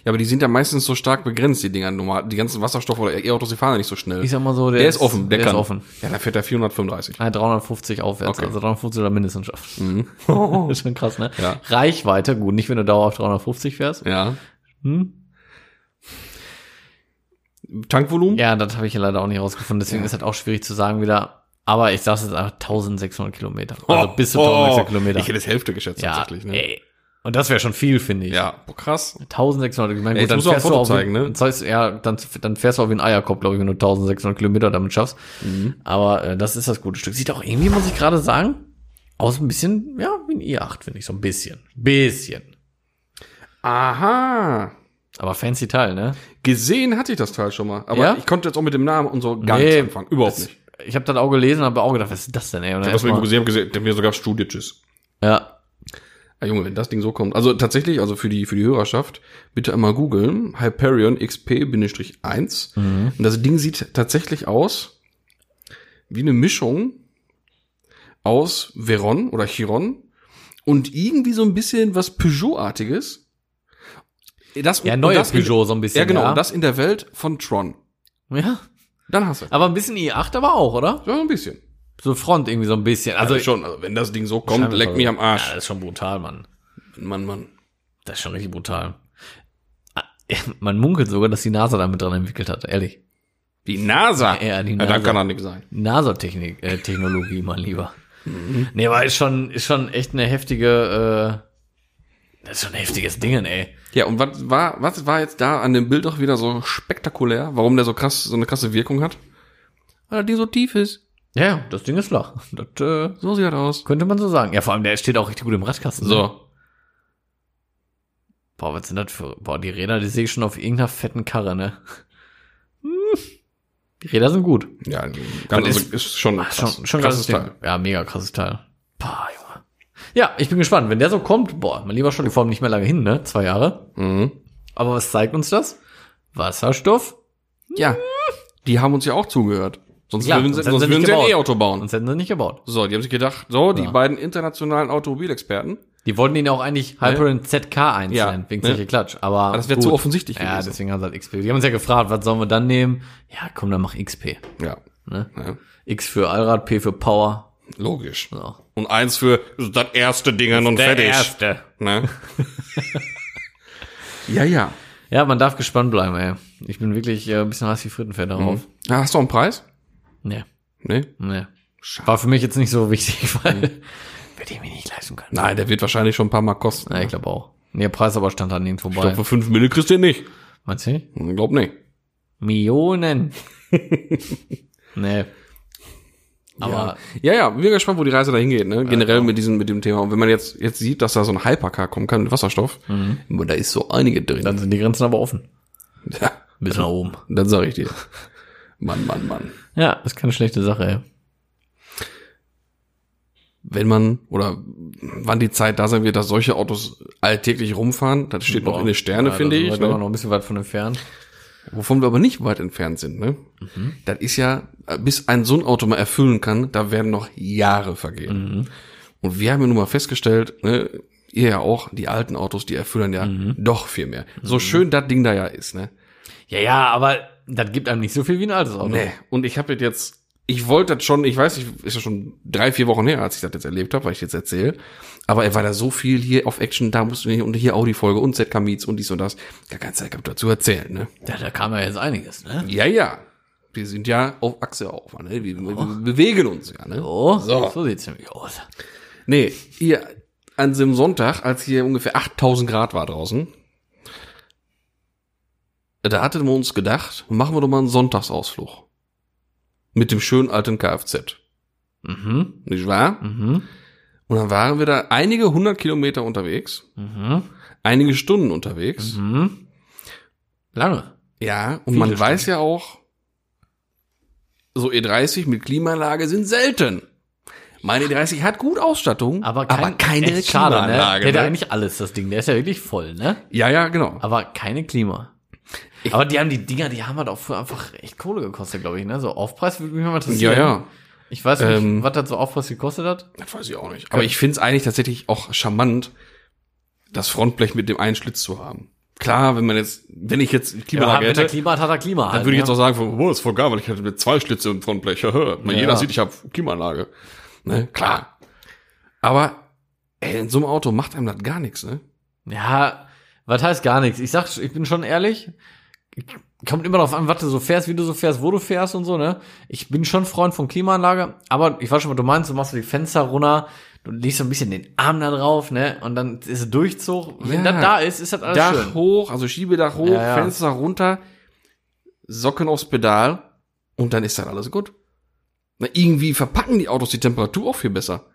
C: Ja, aber die sind ja meistens so stark begrenzt, die Dinger. Normal, die ganzen Wasserstoff- oder E-Autos, die fahren ja nicht so schnell.
B: Ich sag mal so, der,
C: der ist offen,
B: der,
C: der, kann.
B: ist offen.
C: Ja, dann fährt er 435.
B: Nein, 350 aufwärts,
C: Okay.
B: also 350 oder mindestens schafft.
C: Mhm.
B: Das ist schon krass, ne?
C: Ja.
B: Reichweite, gut, nicht wenn du dauerhaft 350 fährst.
C: Ja.
B: Hm?
C: Tankvolumen?
B: Ja, das habe ich ja leider auch nicht rausgefunden, deswegen ist das auch schwierig zu sagen wieder. Aber ich sag's jetzt einfach 1600 Kilometer. Also
C: Oh,
B: bis zu
C: oh,
B: 1600 Kilometer.
C: Ich hätte es Hälfte geschätzt
B: ja,
C: tatsächlich. Ne?
B: ey. Und das wäre schon viel, finde ich.
C: Ja, boah, krass.
B: 1600, ich meine,
C: Ey,
B: gut,
C: das
B: dann
C: muss man
B: fährst
C: auf
B: du
C: Foto
B: auch
C: zeigen,
B: wie,
C: ne?
B: das heißt, ja, dann, dann fährst du auch wie ein Eierkopf, glaube ich, wenn du 1600 Kilometer damit schaffst.
C: Mhm.
B: Aber äh, das ist das gute Stück. Sieht auch irgendwie, muss ich gerade sagen, aus ein bisschen, ja, wie ein i8, finde ich, so ein bisschen. Bisschen.
C: Aha.
B: Aber fancy Teil, ne?
C: Gesehen hatte ich das Teil schon mal. Aber
B: Ja?
C: ich konnte jetzt auch mit dem Namen und so gar nichts anfangen. Überhaupt
B: das,
C: nicht.
B: Ich habe das auch gelesen, habe auch gedacht, was ist das denn, ey? Und
C: Ich habe das
B: dann erst
C: irgendwo
B: mal-
C: gesehen, hab gesehen, der mir sogar Studie, tschüss.
B: ja,
C: Ah, Junge, wenn das Ding so kommt. Also tatsächlich, also für die, für die Hörerschaft, bitte einmal googeln. Hyperion XP-1.
B: Mhm.
C: Und das Ding sieht tatsächlich aus wie eine Mischung aus Veron oder Chiron und irgendwie so ein bisschen was Peugeot-artiges. Das,
B: Ja,
C: und
B: neue
C: das
B: Peugeot so ein bisschen.
C: Ja, genau.
B: Ja.
C: Und das in der Welt von Tron.
B: ja.
C: Dann hast du.
B: Aber ein bisschen i8 aber auch, oder?
C: Ja, ein bisschen.
B: So Front irgendwie so ein bisschen. Also,
C: Also schon, also wenn das Ding so kommt,
B: Scheinbar
C: leck
B: verrückt.
C: mich am
B: Ja,
C: Arsch.
B: das ist schon brutal, Mann.
C: Mann, Mann.
B: Das ist schon richtig brutal. Ah, Man munkelt sogar, dass die NASA damit dran entwickelt hat, ehrlich.
C: Die NASA.
B: Ja, die
C: da
B: NASA.
C: kann doch nichts sein.
B: NASA-Technologie, äh, Technologie, mein Lieber.
C: Mhm.
B: Nee, aber ist schon, ist schon echt eine heftige, äh, das ist schon ein heftiges Ding, ey.
C: Ja, und was war, was war jetzt da an dem Bild auch wieder so spektakulär, warum der so krass, so eine krasse Wirkung hat? Weil er die so tief ist.
B: Ja, das Ding ist flach. Das äh,
C: So sieht das aus.
B: könnte man so sagen. Ja, vor allem, der steht auch richtig gut im Radkasten. ne?
C: So.
B: Boah, was sind das für, boah, die Räder, die sehe ich schon auf irgendeiner fetten Karre, ne? Hm. Die Räder sind gut.
C: Ja, ganz,
B: Weil
C: also
B: es-
C: ist, schon,
B: Ah,
C: krass.
B: schon, schon krasses Teil. Ja, mega krasses Teil. Pah, Junge. Ja, ich bin gespannt. Wenn der so kommt, boah, mein lieber schon die Form nicht mehr lange hin, ne? Zwei Jahre.
C: Mhm.
B: Aber was zeigt uns das? Wasserstoff.
C: Ja. Die haben uns ja auch zugehört. Sonst
B: Klar,
C: würden sie,
B: sonst hätten
C: sonst
B: sie
C: würden
B: nicht
C: sie ein
B: gebaut.
C: E-Auto bauen.
B: Sonst hätten sie nicht gebaut.
C: So, die haben sich gedacht, so, die
B: Ja.
C: beiden internationalen Automobilexperten.
B: Die wollten ihn auch eigentlich Hyperion ZK1
C: Ja,
B: nennen, wegen
C: ne?
B: solcher Klatsch. Aber
C: das wär
B: gut.
C: zu offensichtlich
B: Ja,
C: gewesen.
B: deswegen haben sie halt XP. Die haben uns ja gefragt, was sollen wir dann nehmen? Ja, komm, dann mach XP.
C: Ja.
B: Ne?
C: ja.
B: X für Allrad, P für Power.
C: Logisch.
B: So.
C: Und eins für das erste Dingen und fertig.
B: erste.
C: Ne? ja, ja.
B: Ja, man darf gespannt bleiben, ey. Ich bin wirklich äh, ein bisschen heiß wie Frittenfett darauf.
C: Ja, Ah, Hast du auch einen Preis? Mhm.
B: Nee,
C: Nee.
B: nee.
C: Schade.
B: War für mich jetzt nicht so wichtig, weil würde ich mir nicht leisten können.
C: Nein, der wird wahrscheinlich schon ein paar Mal kosten.
B: Ja, ich glaube auch. Nee, der Preis aber stand da nirgendwo
C: Ich glaube,
B: bei.
C: für 5 Mille kriegst du den nicht.
B: Meinst du nicht?
C: Ich glaube nicht.
B: Millionen. nee. Aber genau.
C: Ja, ja, wir sind gespannt, wo die Reise dahin geht, ne? Generell mit diesem, mit dem Thema. Und wenn man jetzt, jetzt sieht, dass da so ein Hypercar kommen kann mit Wasserstoff, boah, da ist so einige drin.
B: Mhm. dann sind die Grenzen aber offen. Also-
C: ja,
B: Bis nach oben.
C: dann sage ich dir. Mann, Mann, Mann.
B: Ja, ist keine schlechte Sache, ey.
C: Wenn man, oder wann die Zeit da sein wird, dass solche Autos alltäglich rumfahren, das steht noch in den Sternen,
B: Ja,
C: finde
B: da sind
C: ich.
B: wir doch
C: Ne?
B: noch ein bisschen weit von entfernt.
C: Wovon wir aber nicht weit entfernt sind, ne? Das ist ja, bis ein so ein Auto mal erfüllen kann, da werden noch Jahre vergehen. Und wir haben ja nun mal festgestellt, ne, ihr ja auch, die alten Autos, die erfüllen ja doch viel mehr. So schön das Ding da ja ist, ne?
B: Ja, ja, aber das gibt einem nicht so viel wie ein altes Auto.
C: Nee. Und ich habe das jetzt, ich wollte das schon, ich weiß nicht, ist ja schon drei, vier Wochen her, als ich das jetzt erlebt habe, weil ich jetzt erzähle. Aber er war da so viel hier auf Action, da mussten wir hier und hier Audi-Folge und ZK Meets und dies und das. Da kannst du ja dazu erzählen, ne?
B: Da, da kam ja jetzt einiges, ne?
C: Ja, ja. Wir sind ja auf Achse auf, ne? Wir, wir bewegen uns ja, ne?
B: So,
C: So.
B: so, sieht's nämlich aus.
C: Nee, hier an dem Sonntag, als hier ungefähr 8000 Grad war draußen, da hatten wir uns gedacht, machen wir doch mal einen Sonntagsausflug. Mit dem schönen alten Kfz.
B: Mhm,
C: Nicht wahr?
B: mhm,
C: Und dann waren wir da einige hundert Kilometer unterwegs,
B: mhm,
C: einige Stunden unterwegs.
B: mhm. Lange.
C: Ja, und
B: Viele
C: man weiß ja auch, so E30 mit Klimaanlage sind selten. Meine E30 hat gut Ausstattung,
B: Aber, kein,
C: keine
B: echt schade, ne? Der
C: Klimaanlage.
B: hat ja
C: ne?
B: eigentlich alles, das Ding. Der ist ja wirklich voll, ne?
C: ja, ja, genau.
B: Aber keine Klima. aber die haben die Dinger, die haben halt auch früher einfach echt Kohle gekostet, glaube ich, ne? So Aufpreis würde mich mal
C: Ja,
B: interessieren.
C: ja.
B: Ich weiß nicht,
C: Ähm.
B: was das so Aufpreis gekostet hat.
C: Das weiß ich auch nicht. Aber ich finde es eigentlich tatsächlich auch charmant, das Frontblech mit dem einen Schlitz zu haben. Klar, wenn man jetzt, wenn ich jetzt Klimaanlage
B: wenn der
C: hätte,
B: Klima hat, hat er Klima
C: dann
B: halt,
C: würde ich
B: ne?
C: jetzt auch sagen, von, oh, ist voll geil, weil ich hatte mit zwei Schlitze im Frontblech. Haha. Weil
B: Ja.
C: Jeder sieht, ich habe Klimaanlage. Ne? Klar. Aber ey, in so einem Auto macht einem das gar nichts, ne?
B: Ja, was heißt gar nichts? Ich sag, ich bin schon ehrlich. Kommt immer darauf an, was du so fährst, wie du so fährst, wo du fährst und so, ne? Ich bin schon Freund von Klimaanlage, aber ich weiß schon, was du meinst, du machst so die Fenster runter, du legst so ein bisschen den Arm da drauf, ne? Und dann ist es Durchzug. Wenn
C: Ja.
B: das da ist, ist das alles
C: Dach
B: schön.
C: hoch, also Schiebedach hoch,
B: Ja, ja.
C: Fenster runter, Socken aufs Pedal und dann ist dann alles gut. Na, irgendwie verpacken die Autos die Temperatur auch viel besser.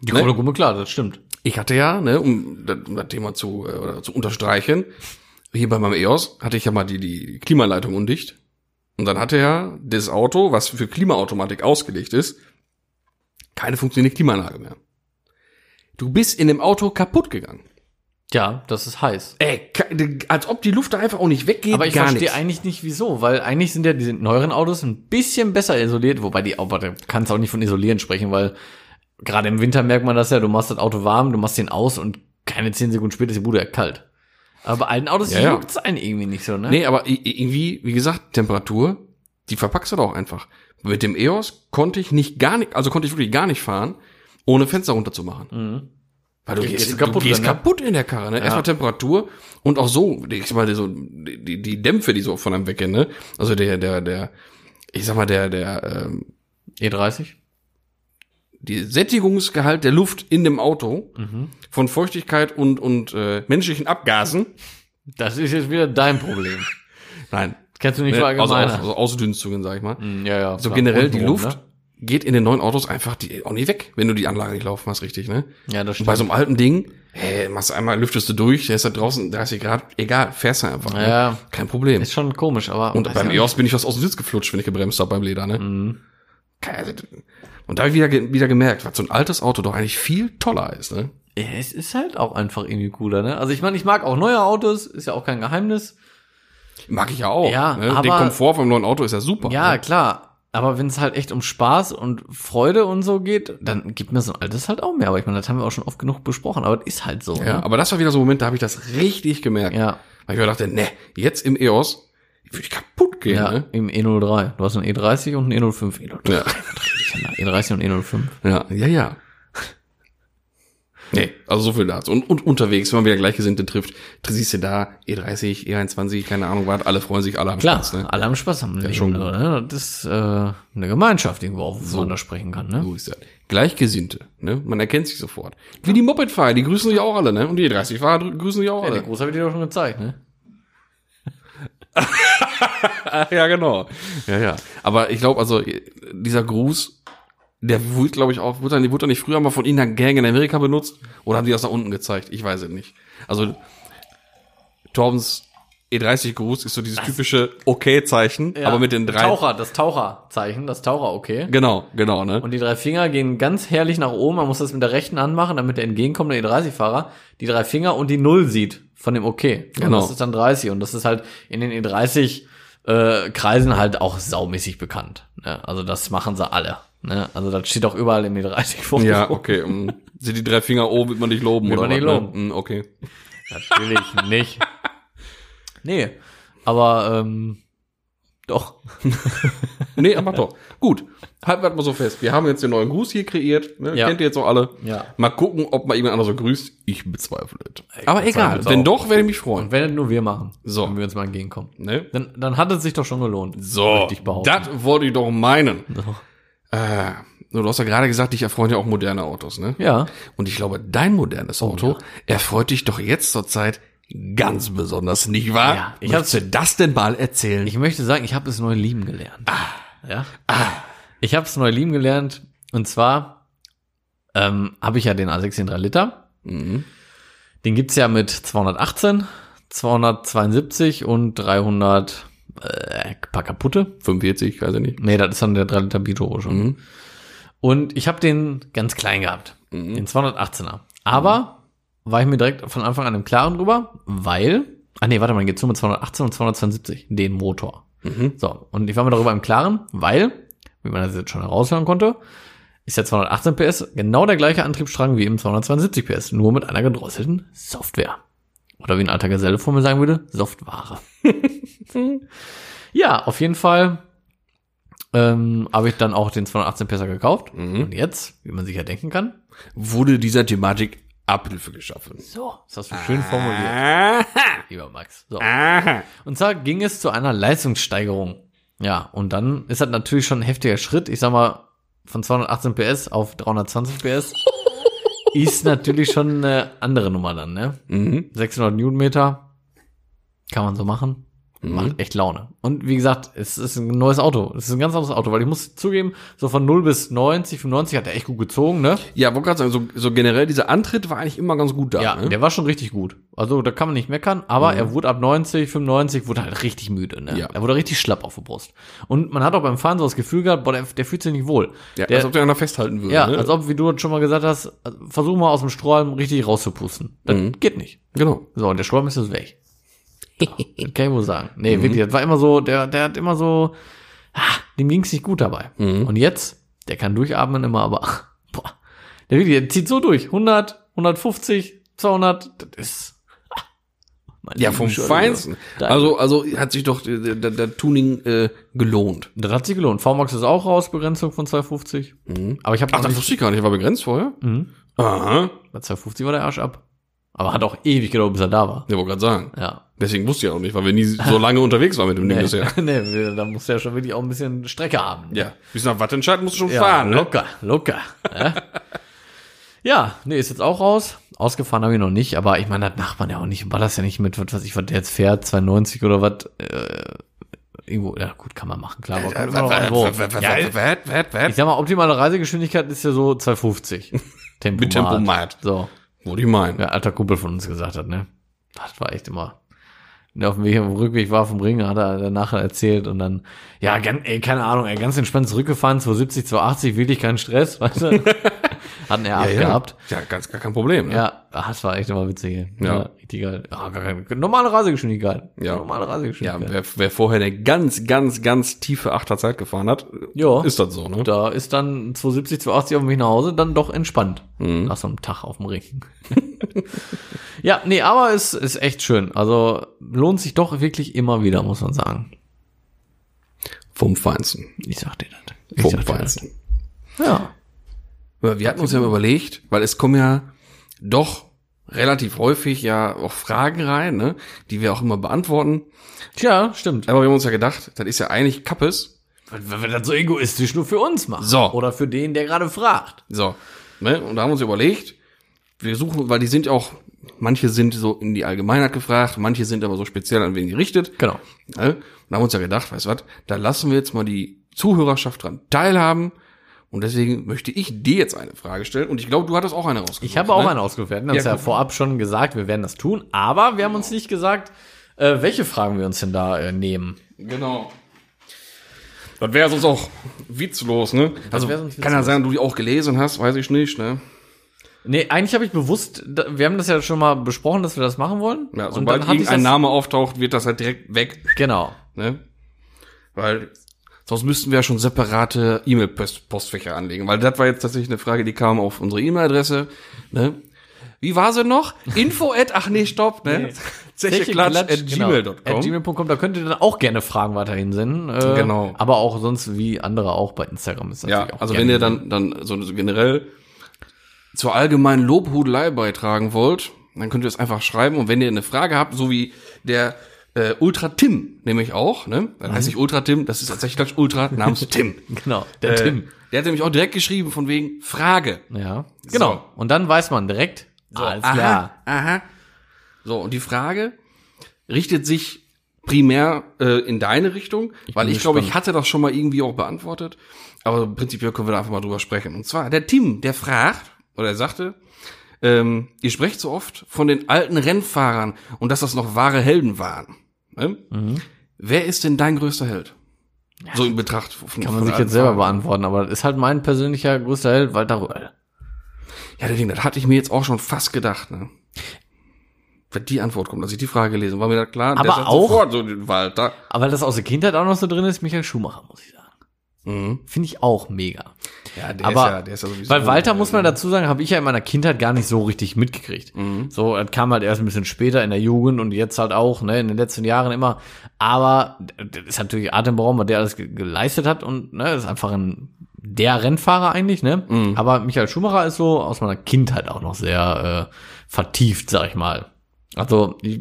B: Die
C: ne?
B: Kohlegumme, klar, das stimmt.
C: Ich hatte ja, ne, um, das- um das Thema zu, äh, oder zu unterstreichen, hier bei meinem EOS hatte ich ja mal die, die Klimaleitung undicht. Und dann hatte ja das Auto, was für Klimaautomatik ausgelegt ist, keine funktionierende Klimaanlage mehr. Du bist in dem Auto kaputt gegangen.
B: Ja, das ist heiß.
C: Ey, ke- als ob die Luft da einfach auch nicht weggeht.
B: Aber ich
C: gar
B: verstehe
C: nichts.
B: eigentlich nicht, wieso, weil eigentlich sind ja diese neueren Autos ein bisschen besser isoliert, wobei die, aber da kannst du auch nicht von isolieren sprechen, weil gerade im Winter merkt man das ja, du machst das Auto warm, du machst den aus und keine zehn Sekunden später ist die Bude ja kalt. Aber bei alten Autos
C: Ja, ja.
B: juckt's einen irgendwie nicht so, ne?
C: Nee, aber i- i- irgendwie, wie gesagt, Temperatur, die verpackst du doch einfach. Mit dem EOS konnte ich nicht gar nicht, also konnte ich wirklich gar nicht fahren, ohne Fenster runterzumachen. Weil du
B: Mhm. Geht-
C: gehst,
B: geht
C: kaputt,
B: kaputt
C: du gehst
B: dann, ne?
C: kaputt in der Karre, ne? Erstmal Temperatur und auch so, ich sag mal, so die, die- die Dämpfe, die so von einem weggehen, ne? Also der, der, der, ich sag mal, der, der, ähm,
B: E30?
C: die Sättigungsgehalt der Luft in dem Auto
B: Mhm.
C: von Feuchtigkeit und, und äh, menschlichen Abgasen.
B: Das ist jetzt wieder dein Problem.
C: Nein,
B: Kennst du nicht
C: ne? also,
B: verallgemeinern.
C: aus, also Ausdünstungen, sag ich mal.
B: Hm, ja, ja.
C: So
B: klar.
C: generell die
B: Untenrum,
C: Luft
B: Ne?
C: geht in den neuen Autos einfach die, auch nicht weg, wenn du die Anlage nicht laufen hast, richtig, ne?
B: Ja, das
C: Und bei
B: stimmt.
C: so einem alten Ding, hey, machst einmal, lüftest du durch, der ist da draußen 30 Grad, egal, fährst du einfach. Ne?
B: Ja.
C: Kein Problem.
B: Ist schon komisch, aber.
C: Und
B: weiß
C: beim
B: ja Mhm. auch
C: EOS bin ich fast aus dem Sitz geflutscht, wenn ich gebremst habe beim Leder, ne? Keine- also, Und da habe ich wieder, ge- wieder gemerkt, was so ein altes Auto doch eigentlich viel toller ist, ne?
B: nicht. Ja, es ist halt auch einfach irgendwie cooler, ne? Also ich meine, ich mag auch neue Autos, ist ja auch kein Geheimnis.
C: Mag ich ja auch.
B: Ja,
C: ne? Den
B: aber-
C: Komfort vom neuen Auto ist ja super.
B: Ja,
C: ne?
B: klar. Aber wenn es halt echt um Spaß und Freude und so geht, dann gibt mir so ein altes halt auch mehr. Aber ich meine, das haben wir auch schon oft genug besprochen, aber das ist halt so.
C: ja.
B: ne?
C: Aber das war wieder so ein Moment, da habe ich das richtig gemerkt.
B: ja.
C: Weil ich mir dachte, ne, jetzt im EOS würde ich kaputt gehen,
B: Ja,
C: ne?
B: im E03. Du hast einen E30 und einen E E05. E03,
C: Ja.
B: E30 E und E05.
C: Ja, ja, ja. Nee, also so viel dazu. Und, und unterwegs, wenn man wieder Gleichgesinnte trifft, siehst du da E E30, E21, keine Ahnung was, alle freuen sich, alle haben
B: Klar,
C: Spaß. Ne?
B: alle haben Spaß am Leben.
C: schon gut.
B: ne? Das ist äh, eine Gemeinschaft irgendwo, auf so. man da sprechen kann. Ne?
C: So ist das. Gleichgesinnte, ne? Man erkennt sich sofort. Wie die Moped-Fahrer, die grüßen sich auch alle, ne? Und die E30-Fahrer drü- grüßen sich auch
B: Ja,
C: alle.
B: den Gruß habe ich dir doch schon gezeigt. Ne?
C: Ach, ja, genau. Ja, ja. Aber ich glaube, also dieser Gruß, der wurde, glaube ich, auch, wurde dann, wurde dann nicht früher mal von irgendeiner Gang in Amerika benutzt oder haben die das nach unten gezeigt? Ich weiß es nicht. Also Torbens E30-Gruß ist so dieses typische Okay-Zeichen, aber mit den drei.
B: Taucher, das Taucherzeichen, das Taucher, okay.
C: Genau, genau, ne?
B: Und die drei Finger gehen ganz herrlich nach oben. Man muss das mit der rechten Hand machen, damit der entgegenkommende E30-Fahrer die drei Finger und die Null sieht von dem Okay. Und
C: Genau.
B: das ist dann 30. Und das ist halt in den E30-Kreisen halt auch saumäßig bekannt. Ne? Also das machen sie alle. Ne? Also das steht auch überall im E30 vor.
C: ja, okay. mm. Sind die drei Finger oben, wird man nicht loben,
B: Wird
C: oder?
B: man nicht
C: was,
B: loben.
C: Ne? Mm, Okay.
B: Natürlich nicht. Nee, aber ähm, doch.
C: Nee, aber doch. Gut. Halten wir das mal so fest. Wir haben jetzt den neuen Gruß hier kreiert. Ne?
B: Ja.
C: Kennt ihr jetzt auch alle?
B: Ja.
C: Mal gucken, ob mal jemand anders so grüßt. Ich bezweifle es.
B: Ich
C: Aber
B: bezweifle
C: egal.
B: es
C: Wenn
B: auch.
C: doch, werde ich mich freuen.
B: Und wenn das nur wir machen,
C: So.
B: wenn wir uns mal entgegenkommen.
C: Ne?
B: Dann, dann hat es sich doch schon gelohnt.
C: So,
B: ich behaupten.
C: das wollte ich doch meinen.
B: So.
C: Äh, du hast ja gerade gesagt, dich erfreuen ja Oh, auch moderne Autos, ne?
B: Ja.
C: Und ich glaube, dein modernes Auto erfreut dich doch jetzt zurzeit ganz besonders, nicht wahr?
B: Ja, ich
C: ich hab's dir das denn mal erzählen.
B: Ich möchte sagen, ich habe es neu lieben gelernt. Ja. Ich habe es neu lieben gelernt. Und zwar ähm, habe ich ja den A16 3 Liter.
C: Mhm.
B: Den gibt's ja mit 218, 272 und 300 äh, paar kaputte.
C: 45, weiß ich nicht.
B: Nee, das ist dann der 3 Liter Biturbo schon.
C: Mhm.
B: Und ich habe den ganz klein gehabt, den 218er. Aber war ich mir direkt von Anfang an im Klaren drüber, weil, ah nee, warte mal, geht's nur mit 218 und 272, den Motor. So, und ich war mir darüber im Klaren, weil, wie man das jetzt schon heraushören konnte, ist der 218 PS genau der gleiche Antriebsstrang wie im 272 PS, nur mit einer gedrosselten Software. Oder wie ein alter Geselle vor mir sagen würde, Software. ja, auf jeden Fall ähm, habe ich dann auch den 218 PS gekauft. Und jetzt, wie man sich ja denken kann,
C: Wurde dieser Thematik Abhilfe geschaffen.
B: so, das hast du schön formuliert,
C: Aha,
B: lieber Max. So.
C: aha.
B: Und zwar ging es zu einer Leistungssteigerung. Ja, und dann ist das natürlich schon ein heftiger Schritt. Ich sag mal, von 218 PS auf 320 PS ist natürlich schon eine andere Nummer dann, ne?
C: Mhm.
B: 600 Newtonmeter. Kann man so machen.
C: Mhm.
B: Macht echt Laune. Und wie gesagt, es ist ein neues Auto. Es ist ein ganz anderes Auto, weil ich muss zugeben, so von 0 bis 90, 95 hat er echt gut gezogen, ne?
C: Ja, wollte gerade sagen, so, so generell, dieser Antritt war eigentlich immer ganz gut da.
B: Ja,
C: ne? Mhm.
B: der war schon richtig gut. Also da kann man nicht meckern, aber er wurde ab 90, 95, wurde halt richtig müde. Ne?
C: Ja.
B: Er wurde richtig schlapp auf der Brust. Und man hat auch beim Fahren so das Gefühl gehabt, boah, der, der fühlt sich nicht wohl.
C: ja
B: der,
C: als ob der einer festhalten würde.
B: ja
C: ne?
B: als ob, wie du schon mal gesagt hast, versuch mal aus dem Strohhalm richtig rauszupusten. Das geht nicht.
C: genau.
B: So, und der Strohhalm ist jetzt weg. Ja, kann ich wohl sagen.
C: Mhm.
B: Nee, wirklich, das war immer so, der, der hat immer so,
C: Mhm.
B: ah, dem ging's nicht gut dabei. Und jetzt, der kann durchatmen immer, aber boah, Der, wirklich, der zieht so durch. 100, 150, 200. Das ist. ah, Mein
C: Ja,
B: lieber
C: vom
B: Scholli,
C: Feinsten.
B: Dein-
C: Also, also hat sich doch äh, der, der, der Tuning äh, gelohnt.
B: Das hat sich gelohnt. VMAX ist auch raus, Begrenzung von 250. Aber ich habe
C: Mhm. Ach,
B: noch
C: das
B: nicht.
C: wusste ich gar nicht, war begrenzt vorher.
B: Mhm.
C: Aha.
B: Bei 250 war der Arsch ab. Aber hat auch ewig gedauert, bis er da war.
C: Ich wollte gerade sagen.
B: Ja.
C: Deswegen wusste ich auch nicht, weil wir nie so lange unterwegs waren mit dem Ding bisher.
B: nee, wir- da muss er ja schon wirklich auch ein bisschen Strecke haben.
C: Ja. Bis nach Wattenscheid musst du schon
B: Ja,
C: fahren, ne?
B: locker, locker. ja. ja, nee, ist jetzt auch raus. Ausgefahren habe ich noch nicht, aber ich meine, das macht man ja auch nicht. War das ja nicht mit, was weiß ich, was der jetzt fährt, 290 oder was. Äh, irgendwo, ja gut, kann man machen, klar. Aber kommt immer noch an, wo. Ja, ich
C: Wurde
B: sag mal, optimale Reisegeschwindigkeit ist ja so 250. Tempomat.
C: Mit Tempomat.
B: So,
C: ich meinen.
B: ja, alter Kumpel von uns gesagt hat, ne? Das war echt immer. Wenn er auf dem Weg, auf dem Rückweg war vom Ring, hat er danach erzählt und dann, ja, ganz, ey, keine Ahnung, ey, ganz entspannt zurückgefahren, 270, 280, wirklich keinen Stress, weißt du? Hatten er abgehabt.
C: Ja, ganz gar kein Problem. Ne?
B: Ja, ach, das war echt immer witzig. ey.
C: Ja.
B: richtig geil. Ah, gar keine, normale Reisegeschwindigkeit.
C: Ja.
B: Normale
C: Ja,
B: Reisegeschwindigkeit.
C: wer, wer vorher eine ganz, ganz, ganz tiefe Achterzeit gefahren hat,
B: Ja.
C: ist das so, ne?
B: da ist dann 270, 280 auf dem Weg nach Hause dann doch entspannt. Nach so einem Tag auf dem Ring. ja, nee, aber es ist echt schön. Also lohnt sich doch wirklich immer wieder, muss man sagen.
C: Vom Feinsten.
B: Ich sag dir das. Ich
C: Vom
B: sag dir das.
C: Feinsten.
B: Ja.
C: Aber Wir hatten uns ja mal überlegt, weil es kommen ja doch relativ häufig ja auch Fragen rein, ne? die wir auch immer beantworten.
B: Tja, stimmt.
C: Aber wir haben uns ja gedacht, das ist ja eigentlich Kappes.
B: Äh, Wenn wir das so egoistisch nur für uns machen.
C: So.
B: Oder für den, der gerade fragt.
C: So, ne? Und da haben wir uns überlegt, wir suchen, weil die sind auch, manche sind so in die Allgemeinheit gefragt, manche sind aber so speziell an wen gerichtet.
B: Genau.
C: Ne? Und da haben wir uns ja gedacht, weißt du was, da lassen wir jetzt mal die Zuhörerschaft dran teilhaben. Und deswegen möchte ich dir jetzt eine Frage stellen. Und ich glaube, du hattest auch eine rausgesucht.
B: Ich habe auch
C: ne?
B: einen ausgewertet. Wir haben es ja
C: gut.
B: vorab schon gesagt, wir werden das tun. Aber wir haben uns nicht gesagt, äh, welche Fragen wir uns denn da äh, nehmen.
C: Genau. Das wäre sonst auch witzlos, ne? Also,
B: wär sonst
C: kann ja sein, du die auch gelesen hast, weiß ich nicht, ne?
B: Nee, eigentlich habe ich bewusst, da- wir haben das ja schon mal besprochen, dass wir das machen wollen.
C: Ja,
B: Und
C: sobald
B: dann hab ich
C: irgendein
B: das-
C: Name auftaucht, wird das halt direkt weg.
B: Genau.
C: Ne? Weil sonst müssten wir ja schon separate E-Mail-Postfächer anlegen. Weil das war jetzt tatsächlich eine Frage, die kam auf unsere E-Mail-Adresse. Ne? Wie war sie noch? Info at, ach nee, stopp, ne? Zecheklatsch at gmail.com.
B: genau, At gmail.com, da könnt ihr dann auch gerne Fragen weiterhin senden. Äh,
C: Genau.
B: Aber auch sonst wie andere auch bei Instagram ist
C: Ja,
B: auch
C: also
B: gerne-
C: wenn ihr dann, dann so generell zur allgemeinen Lobhudelei beitragen wollt, dann könnt ihr es einfach schreiben. Und wenn ihr eine Frage habt, so wie der äh, Ultra Tim, nämlich auch, ne? Dann
B: Mhm.
C: heißt ich Ultra Tim, das ist tatsächlich Klatsch Ultra namens Tim.
B: Genau,
C: Äh,
B: der Tim.
C: Der hat nämlich auch direkt geschrieben von wegen Frage.
B: Ja. Genau. Und dann weiß man direkt, alles klar.
C: Aha. So, und die Frage richtet sich primär äh, in deine Richtung, weil ich glaube, ich hatte das schon mal irgendwie auch beantwortet. Aber prinzipiell können wir da einfach mal drüber sprechen. Und zwar, der Tim, der fragt, oder er sagte, ähm, ihr sprecht so oft von den alten Rennfahrern und dass das noch wahre Helden waren. Ne?
B: Mhm.
C: Wer ist denn dein größter Held? So in Betracht. Von,
B: Kann man sich jetzt selber beantworten, aber das ist halt mein persönlicher größter Held, Walter Röhrl.
C: Ja, deswegen, das hatte ich mir jetzt auch schon fast gedacht, ne? Wenn die Antwort kommt, dass ich die Frage gelesen, war mir das klar.
B: Aber
C: sagt
B: auch-
C: sofort so den Walter.
B: Aber das aus der Kindheit auch noch so drin ist, Michael Schumacher, muss ich sagen. Finde ich auch mega.
C: Ja, der
B: Aber
C: ja sowieso.
B: Weil Walter, muss man dazu sagen, habe ich ja in meiner Kindheit gar nicht so richtig mitgekriegt.
C: Mhm.
B: So, das kam halt erst ein bisschen später in der Jugend und jetzt halt auch, ne, in den letzten Jahren immer. Aber das ist natürlich atemberaubend, was der alles ge- geleistet hat und, ne, ist einfach ein, der Rennfahrer eigentlich, ne?
C: Mhm.
B: Aber Michael Schumacher ist so aus meiner Kindheit auch noch sehr äh, vertieft, sag ich mal. Also, ich,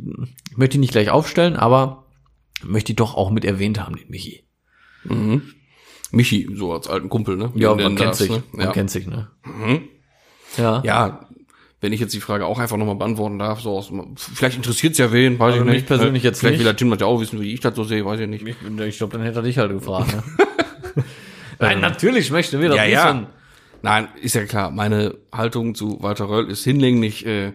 B: ich möchte ihn nicht gleich aufstellen, aber möchte ihn doch auch mit erwähnt haben, den Michi.
C: Michi, so als alten Kumpel, ne? Den
B: Ja, man
C: nennen
B: kennt
C: darfst,
B: sich.
C: ne?
B: Man
C: Ja. Mhm.
B: kennt sich, ne? Ja.
C: ja, wenn ich jetzt die Frage auch einfach nochmal beantworten darf, so aus, vielleicht interessiert's ja wen, weiß ich
B: Also mich
C: nicht. Äh,
B: persönlich jetzt
C: vielleicht
B: nicht.
C: will der Tim das ja auch wissen, wie ich das so sehe, weiß ich nicht.
B: Ich glaube, dann hätte er dich halt gefragt. Ne? Nein, natürlich möchten wir das
C: Ähm, Ja, ja.
B: wissen.
C: Nein, ist ja klar. Meine Haltung zu Walter Röll ist hinlänglich äh,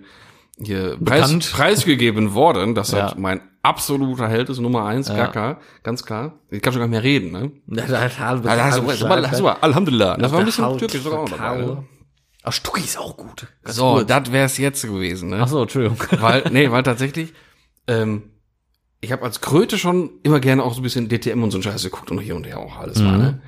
C: hier
B: Bekannt.
C: preis, preisgegeben worden. Das
B: Ja.
C: hat mein absoluter Held ist Nummer eins, gar klar, ganz klar. Ich kann schon gar nicht mehr reden, ne?
B: Na, da hat Halbe-
C: Also, also,
B: Halbe
C: also,
B: Schlag-
C: also, Alhamdulillah. Das war ein bisschen
B: Haut-
C: türkisch sogar auch dabei.
B: Halbe.
C: Ne?
B: Ach, Stucki ist auch gut.
C: So, das wär's jetzt gewesen, ne?
B: Ach so, Entschuldigung.
C: Weil, nee, weil tatsächlich, ähm, ich habe als Kröte schon immer gerne auch so ein bisschen DTM und so ein Scheiß geguckt und hier und her auch alles mal, ne?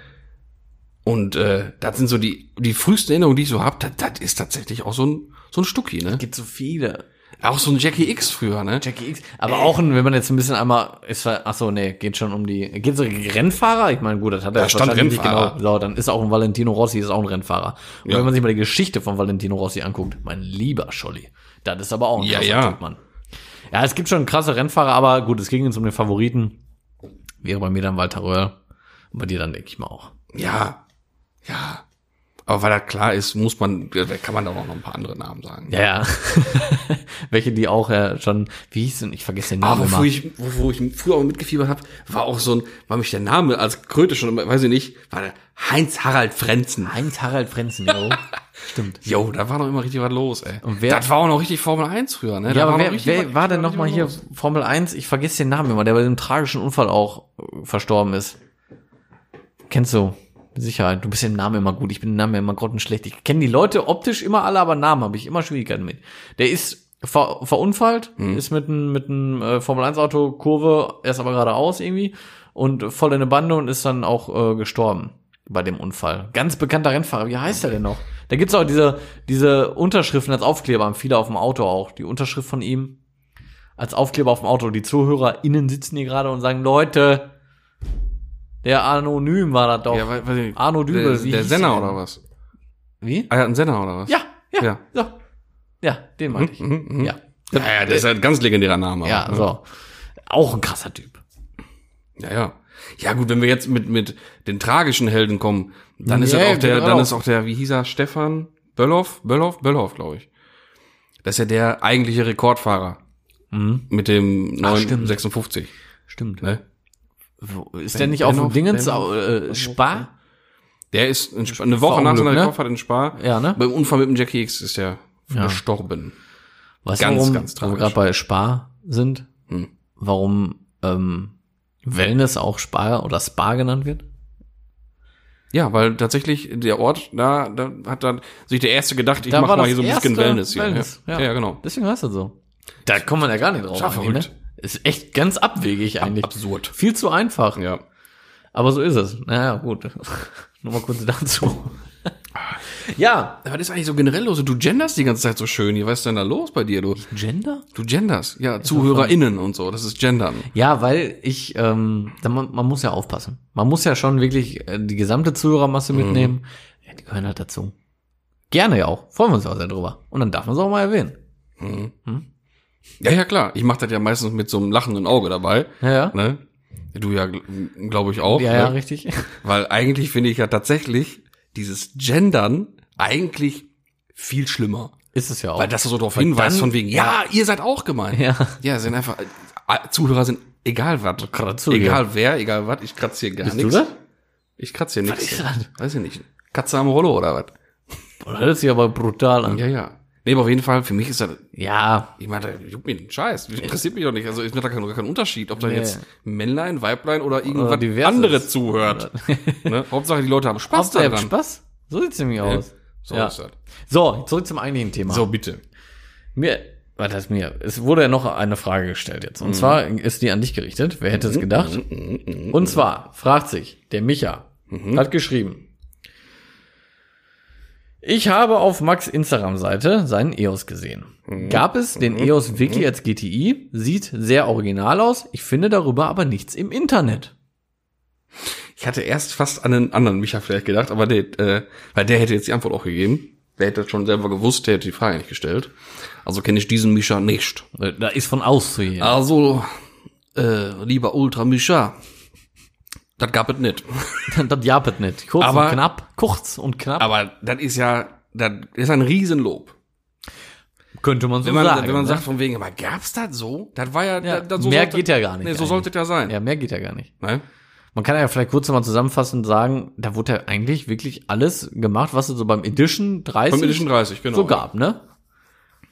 C: Und äh, das sind so die, die frühesten Erinnerungen, die ich so habe. Das, das ist tatsächlich auch so ein, so ein Stucki, ne?
B: Gibt so viele.
C: Auch so ein Jackie X früher, ne?
B: Jackie X. Aber auch, ein, wenn man jetzt ein bisschen einmal, ist, ver- ach so, nee, geht schon um die, geht so Rennfahrer? Ich meine, gut, das hat er
C: Da stand
B: wahrscheinlich
C: Rennfahrer.
B: genau. So, dann ist auch ein Valentino Rossi, ist auch ein Rennfahrer. Und wenn man sich mal die Geschichte von Valentino Rossi anguckt, mein lieber Scholli, das ist aber auch ein
C: Ja,
B: krasser
C: ja.
B: Typ, Mann. Ja, es gibt schon krasse Rennfahrer, aber gut, es ging jetzt um den Favoriten. Wäre bei mir dann Walter Röhrl. Und bei dir dann, denke ich mal, auch.
C: Ja, ja. Aber weil das klar ist, muss man, da kann man da auch noch ein paar andere Namen sagen.
B: Ja, ja. Welche, die auch äh, schon, wie hieß denn, ich vergesse den
C: Ah,
B: Namen
C: wofür
B: immer.
C: ich, wo, wo ich früher auch mitgefiebert habe, war auch so ein, war mich der Name als Kröte schon, immer- weiß ich nicht, war der Heinz-Harald Frenzen.
B: Heinz-Harald Frenzen, jo. Stimmt.
C: Jo, da war noch immer richtig was los, ey.
B: Und wer-
C: das war auch noch richtig Formel 1 früher, ne?
B: Ja,
C: da
B: aber
C: noch
B: wer,
C: richtig
B: wer
C: was-
B: war denn
C: richtig
B: nochmal
C: was
B: hier
C: los.
B: Formel 1? Ich vergesse den Namen immer, der bei dem tragischen Unfall auch äh, verstorben ist. Kennst du? Mit Sicherheit. Du bist im Namen immer gut. Ich bin im Namen immer grottenschlecht. Ich kenne die Leute optisch immer alle, aber Namen habe ich immer Schwierigkeiten mit. Der ist ver verunfallt, ist mit einem mit einem, äh, Formel 1 Auto Kurve, erst aber geradeaus irgendwie und voll in eine Bande und ist dann auch äh, gestorben bei dem Unfall. Ganz bekannter Rennfahrer. Wie heißt er denn noch? Da gibt's auch diese, diese Unterschriften als Aufkleber, haben viele auf dem Auto auch. Die Unterschrift von ihm als Aufkleber auf dem Auto. Die ZuhörerInnen sitzen hier gerade und sagen, Leute, der Anonym war das doch.
C: Ja, weiß, weiß ich nicht.
B: Arno Dübel,
C: der,
B: wie
C: der
B: hieß
C: Senna
B: er denn?
C: oder was?
B: Wie?
C: Ah, er hat einen Senna oder was?
B: Ja, ja,
C: Ja.
B: ja. So. Ja, den meinte ich.
C: Mhm, mhm.
B: Ja.
C: Ja, ja, das ist ein ganz legendärer Name.
B: Ja,
C: auch, ne?
B: so. Auch ein krasser Typ.
C: Ja, ja. Ja, gut, wenn wir jetzt mit, mit den tragischen Helden kommen, dann ist
B: Nee,
C: halt auch der,
B: genau.
C: dann ist auch der, wie hieß er, Stefan Böllhoff? Böllhoff? Böllhoff, glaube ich. Das ist ja der eigentliche Rekordfahrer. Mit dem
B: Mhm. stimmt.
C: 956.
B: Stimmt.
C: Ne?
B: Wo- Ist der nicht
C: Ben-
B: auf dem
C: Benhoff,
B: Dingens
C: Benhoff,
B: äh, Spa?
C: Der ist in Spa, eine Woche nach seiner
B: Verunglückt, ne?
C: Rekordfahrt in Spa.
B: Ja, ne?
C: Beim Unfall mit dem Jackie X ist der gestorben.
B: Weißt
C: Ganz,
B: du, warum,
C: ganz
B: wo wir
C: tragisch.
B: gerade bei Spar sind,
C: Hm.
B: warum ähm, Wellness auch Spar oder Spa genannt wird?
C: Ja, weil tatsächlich der Ort, da, da hat dann sich der Erste gedacht, ich
B: Da
C: mach
B: war
C: mal
B: das
C: hier so ein bisschen
B: erste
C: Wellness hier.
B: Wellness,
C: ja.
B: ja.
C: Ja. ja, genau.
B: Deswegen heißt das so. Da kommt man ja gar nicht drauf.
C: Ja,
B: eigentlich,
C: verrückt.
B: Ist echt ganz abwegig eigentlich.
C: absurd.
B: Viel zu einfach.
C: Ja.
B: Aber so ist es. Naja, gut. Nur mal kurz dazu. ja.
C: Aber das ist eigentlich so generell los. Du genderst die ganze Zeit so schön. Hier, was ist denn da los bei dir? Du,
B: Gender?
C: du genderst. Ja, ZuhörerInnen und so. Das ist Gendern.
B: Ja, weil ich, ähm, da man, man muss ja aufpassen. Man muss ja schon wirklich äh, die gesamte Zuhörermasse mitnehmen. Ja, die gehören halt dazu. Gerne ja auch. Freuen wir uns auch sehr drüber. Und dann darf man es auch mal erwähnen.
C: Ja, ja, klar. Ich mache das ja meistens mit so einem lachenden Auge dabei.
B: Ja, ja.
C: Ne? Du ja, glaube ich, auch.
B: Ja, ja,
C: ne?
B: richtig.
C: Weil eigentlich finde ich ja tatsächlich dieses Gendern eigentlich viel schlimmer.
B: Ist es ja auch.
C: Weil das so darauf
B: Weil
C: hinweist,
B: dann-
C: von wegen, ja, ihr seid auch gemeint.
B: Ja.
C: Ja, sind einfach, äh, Zuhörer sind egal was.
B: Kratze hier.
C: Egal wer, egal was. Ich kratze hier gar
B: Bist du
C: nichts.
B: das?
C: Ich kratze hier
B: ist
C: nichts.
B: das?
C: Weiß ich nicht. Katze am Rollo oder was?
B: Boah, das hört sich aber brutal an.
C: Ja, ja. Nee, aber auf jeden Fall, für mich ist das,
B: Ja,
C: ich meine, da juckt mich den Scheiß. Das interessiert mich doch nicht. Also ist mir da kein, gar kein Unterschied, ob da
B: Nee.
C: jetzt Männlein, Weiblein oder irgendwas
B: diverses.
C: andere zuhört. ne? Hauptsache, die Leute haben Spaß
B: Hauptsache, ihr habt
C: daran.
B: Spaß? So sieht's nämlich aus.
C: So
B: ja.
C: ist das.
B: So, zurück zum eigentlichen Thema.
C: So, bitte.
B: Mir, was heißt mir? Es wurde ja noch eine Frage gestellt jetzt. Und zwar ist die an dich gerichtet. Wer hätte es gedacht? Und zwar fragt sich der Micha, hat geschrieben. Ich habe auf Max Instagram-Seite seinen EOS gesehen. Gab es den EOS wirklich als GTI? Sieht sehr original aus. Ich finde darüber aber nichts im Internet.
C: Ich hatte erst fast an einen anderen Micha vielleicht gedacht, aber der, äh, weil der hätte jetzt die Antwort auch gegeben. Der hätte das schon selber gewusst, der hätte die Frage nicht gestellt. Also kenne ich diesen Micha nicht.
B: Da ist von auszugehen.
C: Also, äh, lieber Ultra Micha, das gab es nicht.
B: das japet nicht. Kurz
C: Aber-
B: und knapp. Kurz und knapp.
C: Aber das ist ja, das ist ein Riesenlob.
B: könnte man so
C: Wenn man,
B: sagen.
C: wenn man
B: ne?
C: sagt von wegen, aber gab's das so? Das war ja, da-
B: Ja,
C: da- so
B: mehr
C: sollte-
B: geht ja gar nicht
C: Nee, so
B: eigentlich.
C: sollte das ja sein.
B: ja, mehr geht ja gar nicht.
C: Ne?
B: Man kann ja vielleicht kurz nochmal zusammenfassend sagen, da wurde ja eigentlich wirklich alles gemacht, was es so beim Edition 30,
C: Beim Edition 30, genau.
B: so gab, ne?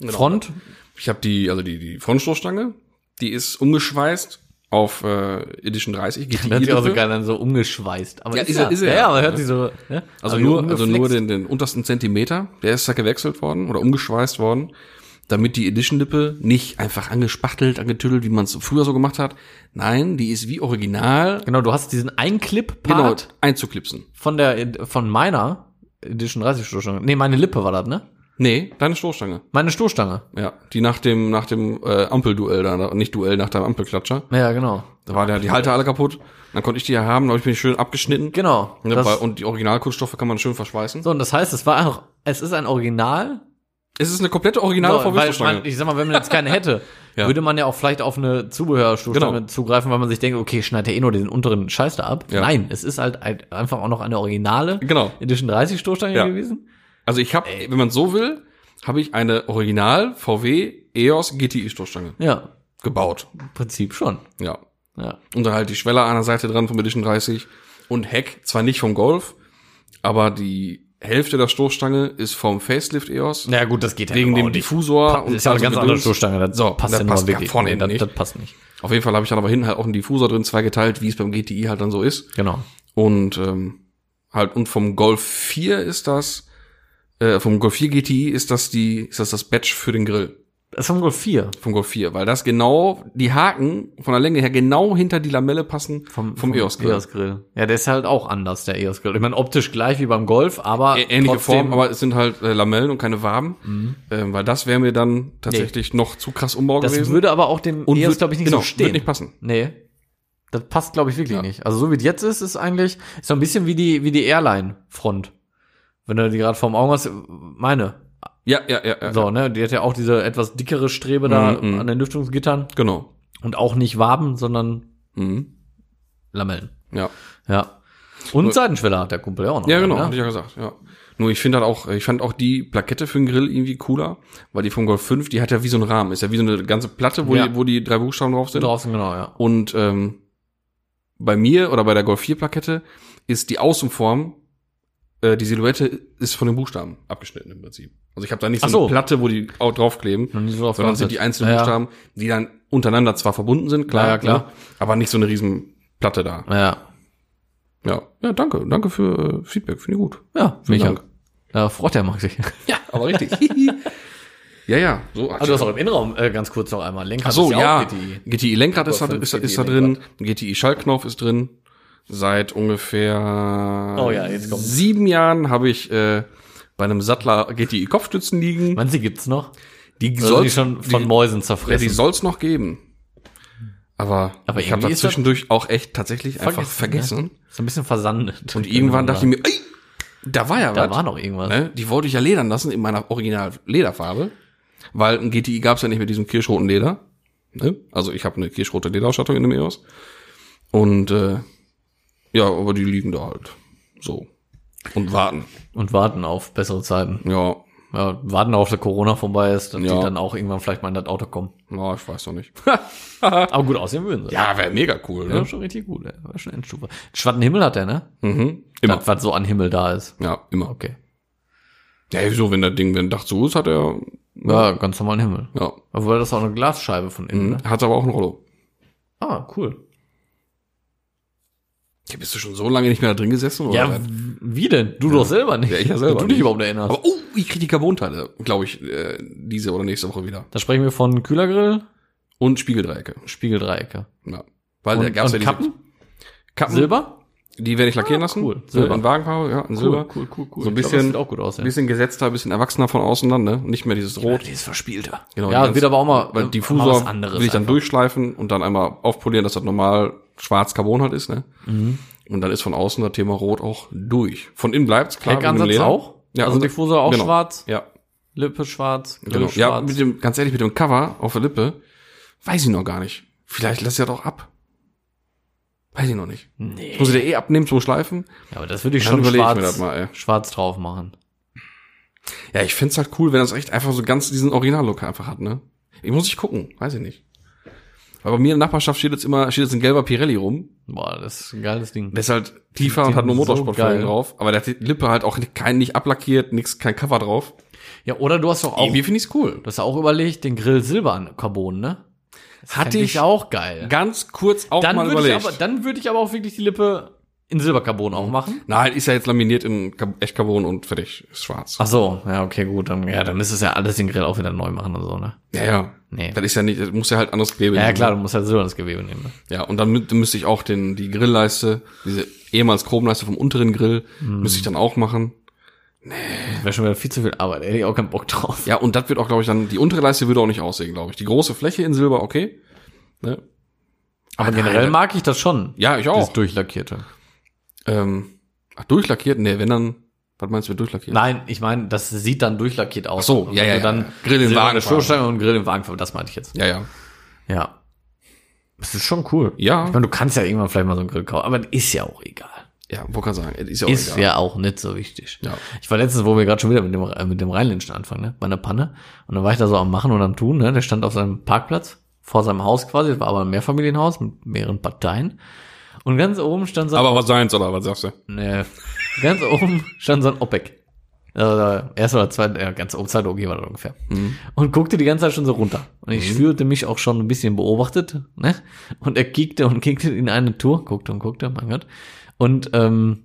B: Front,
C: Ich habe die, also die, die Frontstoßstange, die ist umgeschweißt auf äh, Edition 30. GTI
B: das hat also sich auch
C: Lippe.
B: sogar dann so umgeschweißt. Aber
C: Ja,
B: ist,
C: ist
B: ja,
C: er- ist er
B: ja,
C: ja.
B: aber hört sich so, ne?
C: Also
B: Aber
C: nur, also nur
B: umgeflext.
C: den, den untersten Zentimeter, der ist ja gewechselt worden oder umgeschweißt worden. damit die Edition-Lippe nicht einfach angespachtelt, angetüttelt, wie man es früher so gemacht hat. Nein, die ist wie original genau
B: Genau, du hast diesen Einclip-Part
C: einzuklipsen.
B: von der, von meiner Edition 30 Stoßstange. Nee, meine Lippe war das, ne?
C: Nee, deine Stoßstange.
B: Meine Stoßstange.
C: Ja, die nach dem nach dem äh, Ampelduell da, nicht Duell nach deinem Ampelklatscher.
B: Ja, genau.
C: Da war der die Halter alle kaputt. Dann konnte ich die ja haben, da habe ich mich schön abgeschnitten.
B: Genau.
C: Ne, bei-
B: Das,
C: und die Originalkunststoffe kann man schön verschweißen.
B: so, und das heißt, es war einfach, es ist ein Original.
C: Es ist eine komplette originale
B: so,
C: vw
B: weil
C: stoßstange
B: man, ich sag mal, wenn man jetzt keine hätte,
C: Ja.
B: würde man ja auch vielleicht auf eine Zubehörstoßstange
C: Genau.
B: zugreifen, weil man sich denkt, okay, schneid ja eh nur diesen unteren Scheiß da ab.
C: Ja.
B: Nein, es ist halt ein- einfach auch noch eine originale
C: Genau.
B: Edition 30 Stoßstange
C: Ja.
B: gewesen.
C: Also ich habe, wenn man so will, habe ich eine Original E VW EOS GTI Stoßstange
B: Ja,
C: gebaut.
B: im Prinzip schon.
C: Ja.
B: Ja.
C: Und dann halt die Schwelle an der Seite dran vom Edition 30 und Heck, zwar nicht vom Golf, aber die Hälfte der Stoßstange ist vom Facelift EOS.
B: Naja, gut, das geht ja
C: wegen dem
B: Diffus.
C: Diffusor
B: Das ist ja eine
C: also
B: ganz andere
C: Gedöns.
B: Stoßstange. Das
C: so,
B: passt
C: das
B: ja
C: passt
B: nur
C: ja
B: wirklich.
C: vorne
B: Nee, das,
C: nicht.
B: das passt nicht.
C: Auf jeden Fall habe ich dann aber hinten halt auch einen Diffusor drin, zweigeteilt, wie es beim GTI halt dann so ist.
B: Genau.
C: Und ähm, halt und vom Golf 4 ist das äh, vom Golf 4 GTI ist das die ist das das Badge für den Grill
B: Das ist ein Golf 4.
C: vom Golf 4, weil das genau die Haken von der Länge her genau hinter die Lamelle passen vom, ne? vom, EOS Grill.
B: EOS E Grill. Ja, der ist halt auch anders, der EOS Grill. Ich meine, optisch gleich wie beim Golf, aber
C: Ä- Ähnliche
B: trotzdem- Mhm.
C: Form, aber es sind halt äh, Lamellen und keine Waben, ähm, weil das wäre mir dann tatsächlich noch zu krass Umbau
B: das
C: gewesen.
B: würde aber auch dem
C: Und
B: EOS,
C: würd-
B: glaube ich, nicht
C: genau,
B: so stehen.
C: Würde nicht passen.
B: Nee. Das passt, glaube ich, wirklich nicht. Also so wie es jetzt ist, ist eigentlich ist so ein bisschen wie die, wie die Airline-Front. Wenn du die gerade vorm Augen hast, meine.
C: Ja, ja, ja, ja.
B: So, ne? Die hat ja auch diese etwas dickere Strebe da
C: Mhm, mhm.
B: an den Lüftungsgittern.
C: Genau.
B: Und auch nicht Waben, sondern
C: Mhm.
B: Lamellen.
C: Ja.
B: Ja. Und Seitenschwelle hat der Kumpel ja auch noch.
C: Ja, genau, hatte
B: Ne?
C: ich ja gesagt, ja. Nur ich finde halt auch, ich fand auch die Plakette für den Grill irgendwie cooler, weil die vom Golf 5, die hat ja wie so einen Rahmen, ist ja wie so eine ganze Platte, wo,
B: Ja.
C: die, wo die drei Buchstaben drauf sind.
B: Draußen, genau, ja.
C: Und ähm, bei mir oder bei der Golf 4 Plakette ist die Außenform, äh, die Silhouette ist von den Buchstaben abgeschnitten im Prinzip. Also ich habe da nicht so,
B: Ach so.
C: eine Platte, wo die auch draufkleben,
B: Noch nie so drauf
C: sondern sind
B: geachtet.
C: die einzelnen
B: Ja, ja.
C: Buchstaben, die dann untereinander zwar verbunden sind, klar,
B: Ja, ja, klar.
C: ne, aber nicht so eine riesen Platte da.
B: Ja.
C: Ja, ja danke, danke für äh, Feedback, finde ich gut.
B: Ja,
C: Vielen
B: mich
C: Dank.
B: auch. Da freut der Marc sich.
C: Ja, aber richtig. ja, ja, so.
B: Also du hast auch im Innenraum äh, ganz kurz noch einmal Lenkrad.
C: Ach so,
B: ist
C: ja.
B: auch GTI.
C: GTI-Lenkrad ist, da-
B: Oder
C: ist,
B: fünf
C: ist da drin, GTI-Schaltknopf ist drin. Seit ungefähr
B: Oh ja, jetzt kommt's.
C: sieben Jahren habe ich äh, bei einem Sattler GTI-Kopfstützen liegen.
B: Meinst du, die gibt's noch?
C: Die
B: Oder sind die schon von
C: die,
B: Mäusen
C: ja, die
B: zerfressen?
C: soll's noch geben. Aber,
B: Aber
C: ich habe das
B: irgendwie ist das-
C: zwischendurch auch echt tatsächlich einfach
B: Vergessen,
C: vergessen.
B: ist ne? ein bisschen versandet. Genau.
C: Und irgendwann dachte ich mir, ey, da war ja
B: da
C: was.
B: war noch irgendwas.
C: Ne? Die wollte ich ja ledern lassen in meiner original Lederfarbe, weil ein GTI gab's ja nicht mit diesem kirschroten Leder. Ne? Also ich habe eine kirschrote Lederausstattung in dem EOS. Und äh, ja, aber die liegen da halt so und warten.
B: Und warten auf bessere Zeiten.
C: Ja,
B: Ja, warten auf, dass Corona vorbei ist, dass die
C: Ja.
B: dann auch irgendwann vielleicht mal in das Auto kommen.
C: na, ich weiß noch nicht.
B: Aber gut aussehen würden sie.
C: ja, wäre mega cool.
B: Ja,
C: Ne?
B: schon richtig gut. ey. War schon Endstufe. Schwatten Himmel hat der, ne?
C: Mhm. Immer.
B: Das, was so an Himmel da ist.
C: Ja, immer.
B: Okay.
C: Ja, wieso, wenn das Ding, wenn das Dach zu ist, hat er
B: Ja, ganz normalen Himmel.
C: ja.
B: Obwohl das ist auch eine Glasscheibe von innen, ne?
C: Mhm. Hat aber auch ein Rollo.
B: Ah, cool.
C: Ja, bist du schon so lange nicht mehr da drin gesessen? Oder
B: Ja,
C: was?
B: w- wie denn? Du doch selber nicht.
C: Ja, ich ja selber
B: Du dich
C: nicht.
B: überhaupt erinnerst.
C: Aber oh, ich krieg die Carbonteile, glaube ich, äh, diese oder nächste Woche wieder.
B: da sprechen wir von Kühlergrill,
C: Und Spiegeldreiecke.
B: Spiegeldreiecke.
C: Ja. Weil
B: Also,
C: da gab's ja diese
B: Kappen?
C: Kappen,
B: Silber? Ah,
C: die werde ich lackieren lassen.
B: cool.
C: Silber.
B: Silber.
C: In Wagenfarbe, ja, in Silber.
B: cool,
C: So ein
B: cool, cool. Ich glaub,
C: bisschen-
B: das wird auch gut aussehen.
C: Ein bisschen gesetzter, ein bisschen erwachsener von außen dann, ne? Nicht mehr dieses Rot.
B: ist verspielter.
C: Genau,
B: ja,
C: die ganz-
B: wird aber auch mal,
C: Weil
B: äh, mal
C: Diffusor
B: was anderes.
C: will ich dann
B: einfach.
C: durchschleifen und dann einmal aufpolieren, dass das normal schwarz Carbon halt ist, ne?
B: Mhm.
C: Und dann ist von außen das Thema Rot auch durch. Von innen bleibt's klar. wegen dem
B: Heckansatz
C: Leder.
B: auch?
C: Ja,
B: also
C: unser-
B: Diffusor auch
C: genau.
B: schwarz,
C: Ja,
B: Lippe schwarz, Grill
C: genau.
B: schwarz.
C: Ja, mit dem, ganz ehrlich, mit dem Cover auf der Lippe, weiß ich noch gar nicht. Vielleicht lässt er doch ab. Weiß ich noch nicht.
B: nee.
C: Ich muss sie dir eh abnehmen zum Schleifen.
B: Ja, aber das würde ich
C: Dann
B: schon
C: überlege ich
B: schwarz,
C: mir das mal, ey.
B: schwarz drauf machen.
C: Ja, ich find's halt cool, wenn das echt einfach so ganz diesen Originallook einfach hat, ne? Ich muss ich gucken, weiß ich nicht. Weil bei mir in der Nachbarschaft steht jetzt immer, steht jetzt ein gelber Pirelli rum.
B: Boah, das ist ein geiles Ding.
C: Der ist halt tiefer
B: Die
C: und hat nur
B: sind so
C: Motorsportfelgen
B: geil.
C: drauf. Aber der hat die Lippe halt auch kein, nicht ablackiert, nix, kein Cover drauf.
B: Ja, oder du hast doch auch,
C: Irgendwie
B: du
C: find ich's cool.
B: hast auch überlegt, den Grill Silber an Carbon, ne? Das
C: Hatte
B: fänd
C: ich
B: auch geil.
C: Ganz kurz auch
B: Dann
C: mal
B: würde ich
C: überlegt. Mhm.
B: aber, dann würde ich aber auch wirklich die Lippe in Silbercarbon auch machen?
C: Nein, halt ist ja jetzt laminiert in Ka- Echtcarbon und fertig. Ist schwarz.
B: Ach so, ja, okay, gut. Dann, ja, dann müsstest du ja alles den Grill auch wieder neu machen und so, ne?
C: Ja, ja.
B: Nee.
C: Das ist ja nicht, das muss ja halt anderes Gewebe
B: Ja,
C: nehmen.
B: klar, du musst halt Silber ins Gewebe nehmen. Ne?
C: Ja, und dann mü- dann müsste ich auch den, die Grillleiste, diese ehemals Chromleiste vom unteren Grill,
B: Hm.
C: müsste ich dann auch machen.
B: Das wäre schon wieder viel zu viel Arbeit, ey. hätte ich auch keinen Bock drauf.
C: Ja, und das wird auch, glaube ich, dann, die untere Leiste würde auch nicht aussehen, glaube ich. Die große Fläche in Silber, okay. Ne?
B: Aber generell
C: nein,
B: mag ich das schon.
C: Ja, ich auch.
B: Das Durchlackierte.
C: ähm, ach, durchlackiert? Nee, wenn dann, was meinst du mit durchlackiert?
B: Nein, ich meine, das sieht dann durchlackiert aus.
C: Ach so, ja,
B: Wenn
C: ja,
B: du
C: ja,
B: Dann
C: ja. Grill in
B: silberne
C: Wagenfarbe.
B: Stoßstange und Grill im Wagenfarbe, das meinte ich jetzt.
C: Ja, ja.
B: Ja. Das ist schon cool.
C: Ja.
B: Ich meine, du kannst ja irgendwann vielleicht mal so einen Grill kaufen, aber das ist ja auch egal.
C: Ja, wo kann sagen, ist ja auch
B: Ist
C: egal.
B: ja auch nicht so wichtig.
C: Ja.
B: Ich war letztens, wo wir gerade schon wieder mit dem, äh, mit dem Rheinländischen anfangen, ne? bei einer Panne. Und dann war ich da so am Machen und am Tun. Ne? Der stand auf seinem Parkplatz, vor seinem Haus quasi. Das war aber ein Mehrfamilienhaus mit mehreren Parteien. Und ganz oben stand so ein,
C: Aber was seins, oder was sagst du?
B: nee, ganz oben stand so ein OPEC. Also, erst oder zweite, ja, ganz oben, zweite OG war das ungefähr. Und guckte die ganze Zeit schon so runter. Und ich fühlte mich auch schon ein bisschen beobachtet. Ne? Und er kickte und kickte in eine Tour, guckte und guckte, mein Gott. Und ähm,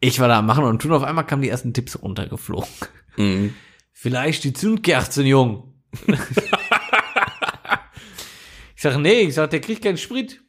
B: ich war da am Machen und Tun. Auf einmal kamen die ersten Tipps runtergeflogen.
C: Mhm.
B: Vielleicht die Zündkerzen, Jung. ich sag, nee, ich sag, der kriegt keinen Sprit.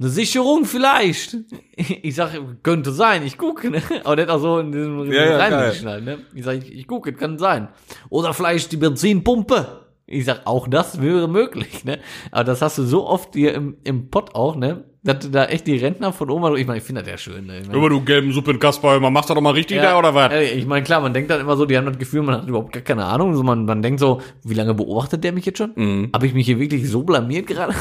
B: Eine Sicherung vielleicht. Ich sag, könnte sein, ich gucke. Ne? Aber der hat auch so in diesem
C: Ja, ja, geil.
B: geschnallt. Ne? Ich sag, ich, ich gucke, kann sein. Oder vielleicht die Benzinpumpe. Ich sag, auch das wäre möglich. Ne? Aber das hast du so oft hier im, im Pott auch, ne? dass du da echt die Rentner von Oma, ich meine, ich finde das ja schön. Ne? Ich mein,
C: Aber du gelben Suppen, Kasper, man macht das doch mal richtig da, oder was?
B: Ey, ich meine, klar, man denkt dann immer so, die haben das Gefühl, man hat überhaupt gar keine Ahnung. So, man, man denkt so, wie lange beobachtet der mich jetzt schon?
C: Mhm.
B: Habe ich mich hier wirklich so blamiert gerade?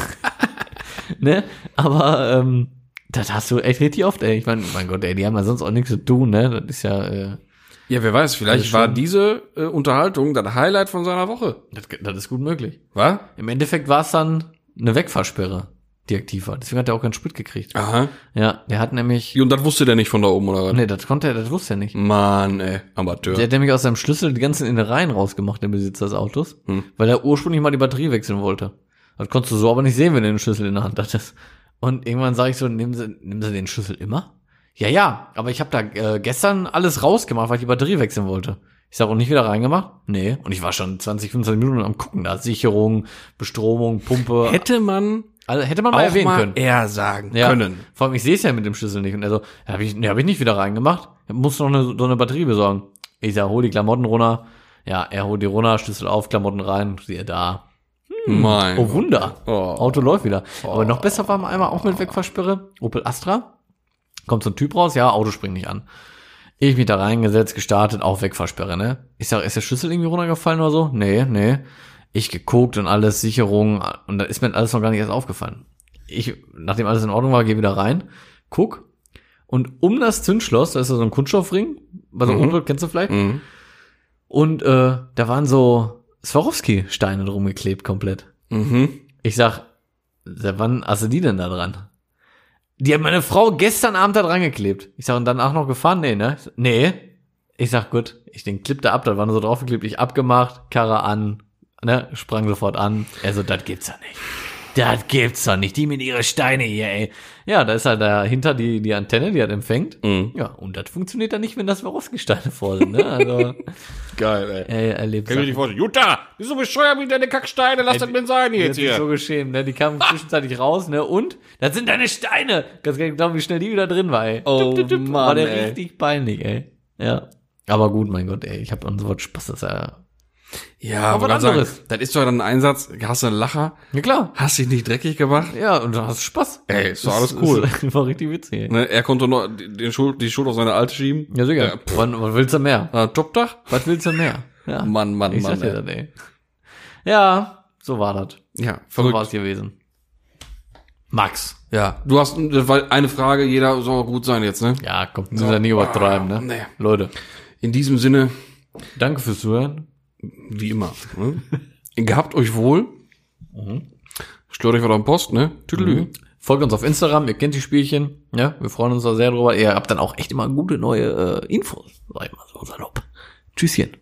B: ne? Aber ähm, das hast du echt richtig oft, ey. Ich meine, mein Gott, ey, die haben ja sonst auch nichts zu tun, ne? Das ist ja, äh,
C: Ja, wer weiß,
B: Das ist
C: vielleicht war
B: schon-
C: diese äh, Unterhaltung das Highlight von seiner Woche.
B: das, das ist gut möglich.
C: Was?
B: Im Endeffekt war es dann eine Wegfahrsperre, die aktiv war. Deswegen hat er auch keinen Sprit gekriegt.
C: Aha.
B: Ja, der hat nämlich,
C: Und das wusste der nicht von da oben, oder was?
B: nee, das konnte er, das wusste er nicht.
C: Mann, ey, Amateur.
B: Der hat nämlich aus seinem Schlüssel die ganzen Innereien rausgemacht, der Besitzer des Autos,
C: Hm.
B: weil er ursprünglich mal die Batterie wechseln wollte. Das konntest du so aber nicht sehen, wenn du den Schlüssel in der Hand hattest. Und irgendwann sage ich so, nehmen Sie, nehmen Sie den Schlüssel immer? Ja, ja, aber ich habe da äh, gestern alles rausgemacht, weil ich die Batterie wechseln wollte. Ich sage, und nicht wieder reingemacht? Nee. Und ich war schon 20, 25 Minuten am Gucken da. Sicherung, Bestromung, Pumpe.
C: hätte man
B: also, hätte man mal
C: auch
B: erwähnen
C: mal
B: können.
C: eher sagen
B: Ja.
C: können.
B: Vor allem, ich sehe es ja mit dem Schlüssel nicht. Und er so, ja, habe ich, ne, hab ich nicht wieder reingemacht. Ich muss noch eine, so eine Batterie besorgen. Ich sag, hol die Klamotten runter. Ja, er holt die runter, Schlüssel auf, Klamotten rein, siehe da.
C: Mein
B: Oh, Wunder.
C: Oh.
B: Auto läuft wieder. Aber noch besser war einmal auch mit Wegversperre. Opel Astra. Kommt so ein Typ raus, ja, Auto springt nicht an. Ich mich da reingesetzt, gestartet, auch Wegversperre, ne? Ich sag, ist der Schlüssel irgendwie runtergefallen oder so? Nee, nee. Ich geguckt und alles, Sicherung, und da ist mir alles noch gar nicht erst aufgefallen. Ich, nachdem alles in Ordnung war, gehe wieder rein, guck, und um das Zündschloss, da ist ja so ein Kunststoffring, bei so einem
C: Mhm.
B: Unglück kennst du vielleicht,
C: Mhm.
B: und äh, da waren so Swarovski-Steine drum geklebt komplett.
C: Mhm.
B: Ich sag, seit wann hast du die denn da dran? Die hat meine Frau gestern Abend da dran geklebt. Ich sag, und dann auch noch gefahren? Nee, ne? Nee. Ich sag, gut, ich den Clip da ab, da waren so draufgeklebt, ich abgemacht, Karre an, ne, sprang sofort an. Er so, das gibt's doch nicht. Das gibt's doch nicht, die mit ihre Steine hier, ey. Ja, da ist halt dahinter die, die Antenne, die hat empfängt.
C: Mhm.
B: Ja, und das funktioniert dann nicht, wenn das Swarovski-Steine vor sind, ne? Also,
C: Geil, ey.
B: er erlebt
C: Kann ich mir nicht vorstellen. Jutta, wieso bescheuert mich deine Kacksteine? Lass das denn sein
B: Die
C: jetzt
B: hat sich so
C: hier.
B: geschämt, ne? Die kamen zwischenzeitlich raus, ne? Und? Das sind deine Steine! Kannst gar nicht glauben, wie schnell die wieder drin war, ey.
C: Oh
B: war
C: Mann,
B: der
C: ey.
B: richtig peinlich, ey. Ja. Aber gut, mein Gott, ey. Ich hab an sowas Spaß, das ist ja.
C: Ja,
B: Aber
C: aber
B: was
C: sagen,
B: anderes.
C: das ist doch dann ein Einsatz. Hast du einen Lacher?
B: Ja, klar.
C: Hast dich nicht dreckig gemacht?
B: Ja, und du hast Spaß.
C: Ey, ist doch
B: Das-
C: alles cool.
B: das war richtig witzig, ey.
C: Ne, er konnte nur die, die Schuld, die Schuld auf seine Alte schieben.
B: Ja, sicher.
C: pff.
B: Wann- was willst du mehr?
C: Ah, Jobdach?
B: Was willst du mehr? Ja.
C: Mann, Mann,
B: ich
C: Mann.
B: sag dir
C: ey.
B: das, ey. Ja, so war das.
C: Ja,
B: So
C: verrückt.
B: war's gewesen. Max.
C: Ja, du hast das war eine Frage, jeder soll gut sein jetzt, ne?
B: Ja, komm, müssen wir nicht übertreiben, ne?
C: Oh, Nee.
B: Leute,
C: In diesem Sinne,
B: danke fürs Zuhören.
C: wie immer. Ne? Gehabt euch wohl.
B: Mhm.
C: Stört euch wieder am Post, ne? Tüdelü.
B: Folgt uns auf Instagram, ihr kennt die Spielchen. Ja, wir freuen uns da sehr drüber. Ihr habt dann auch echt immer gute neue äh, Infos, sag ich mal so salopp. Tschüsschen.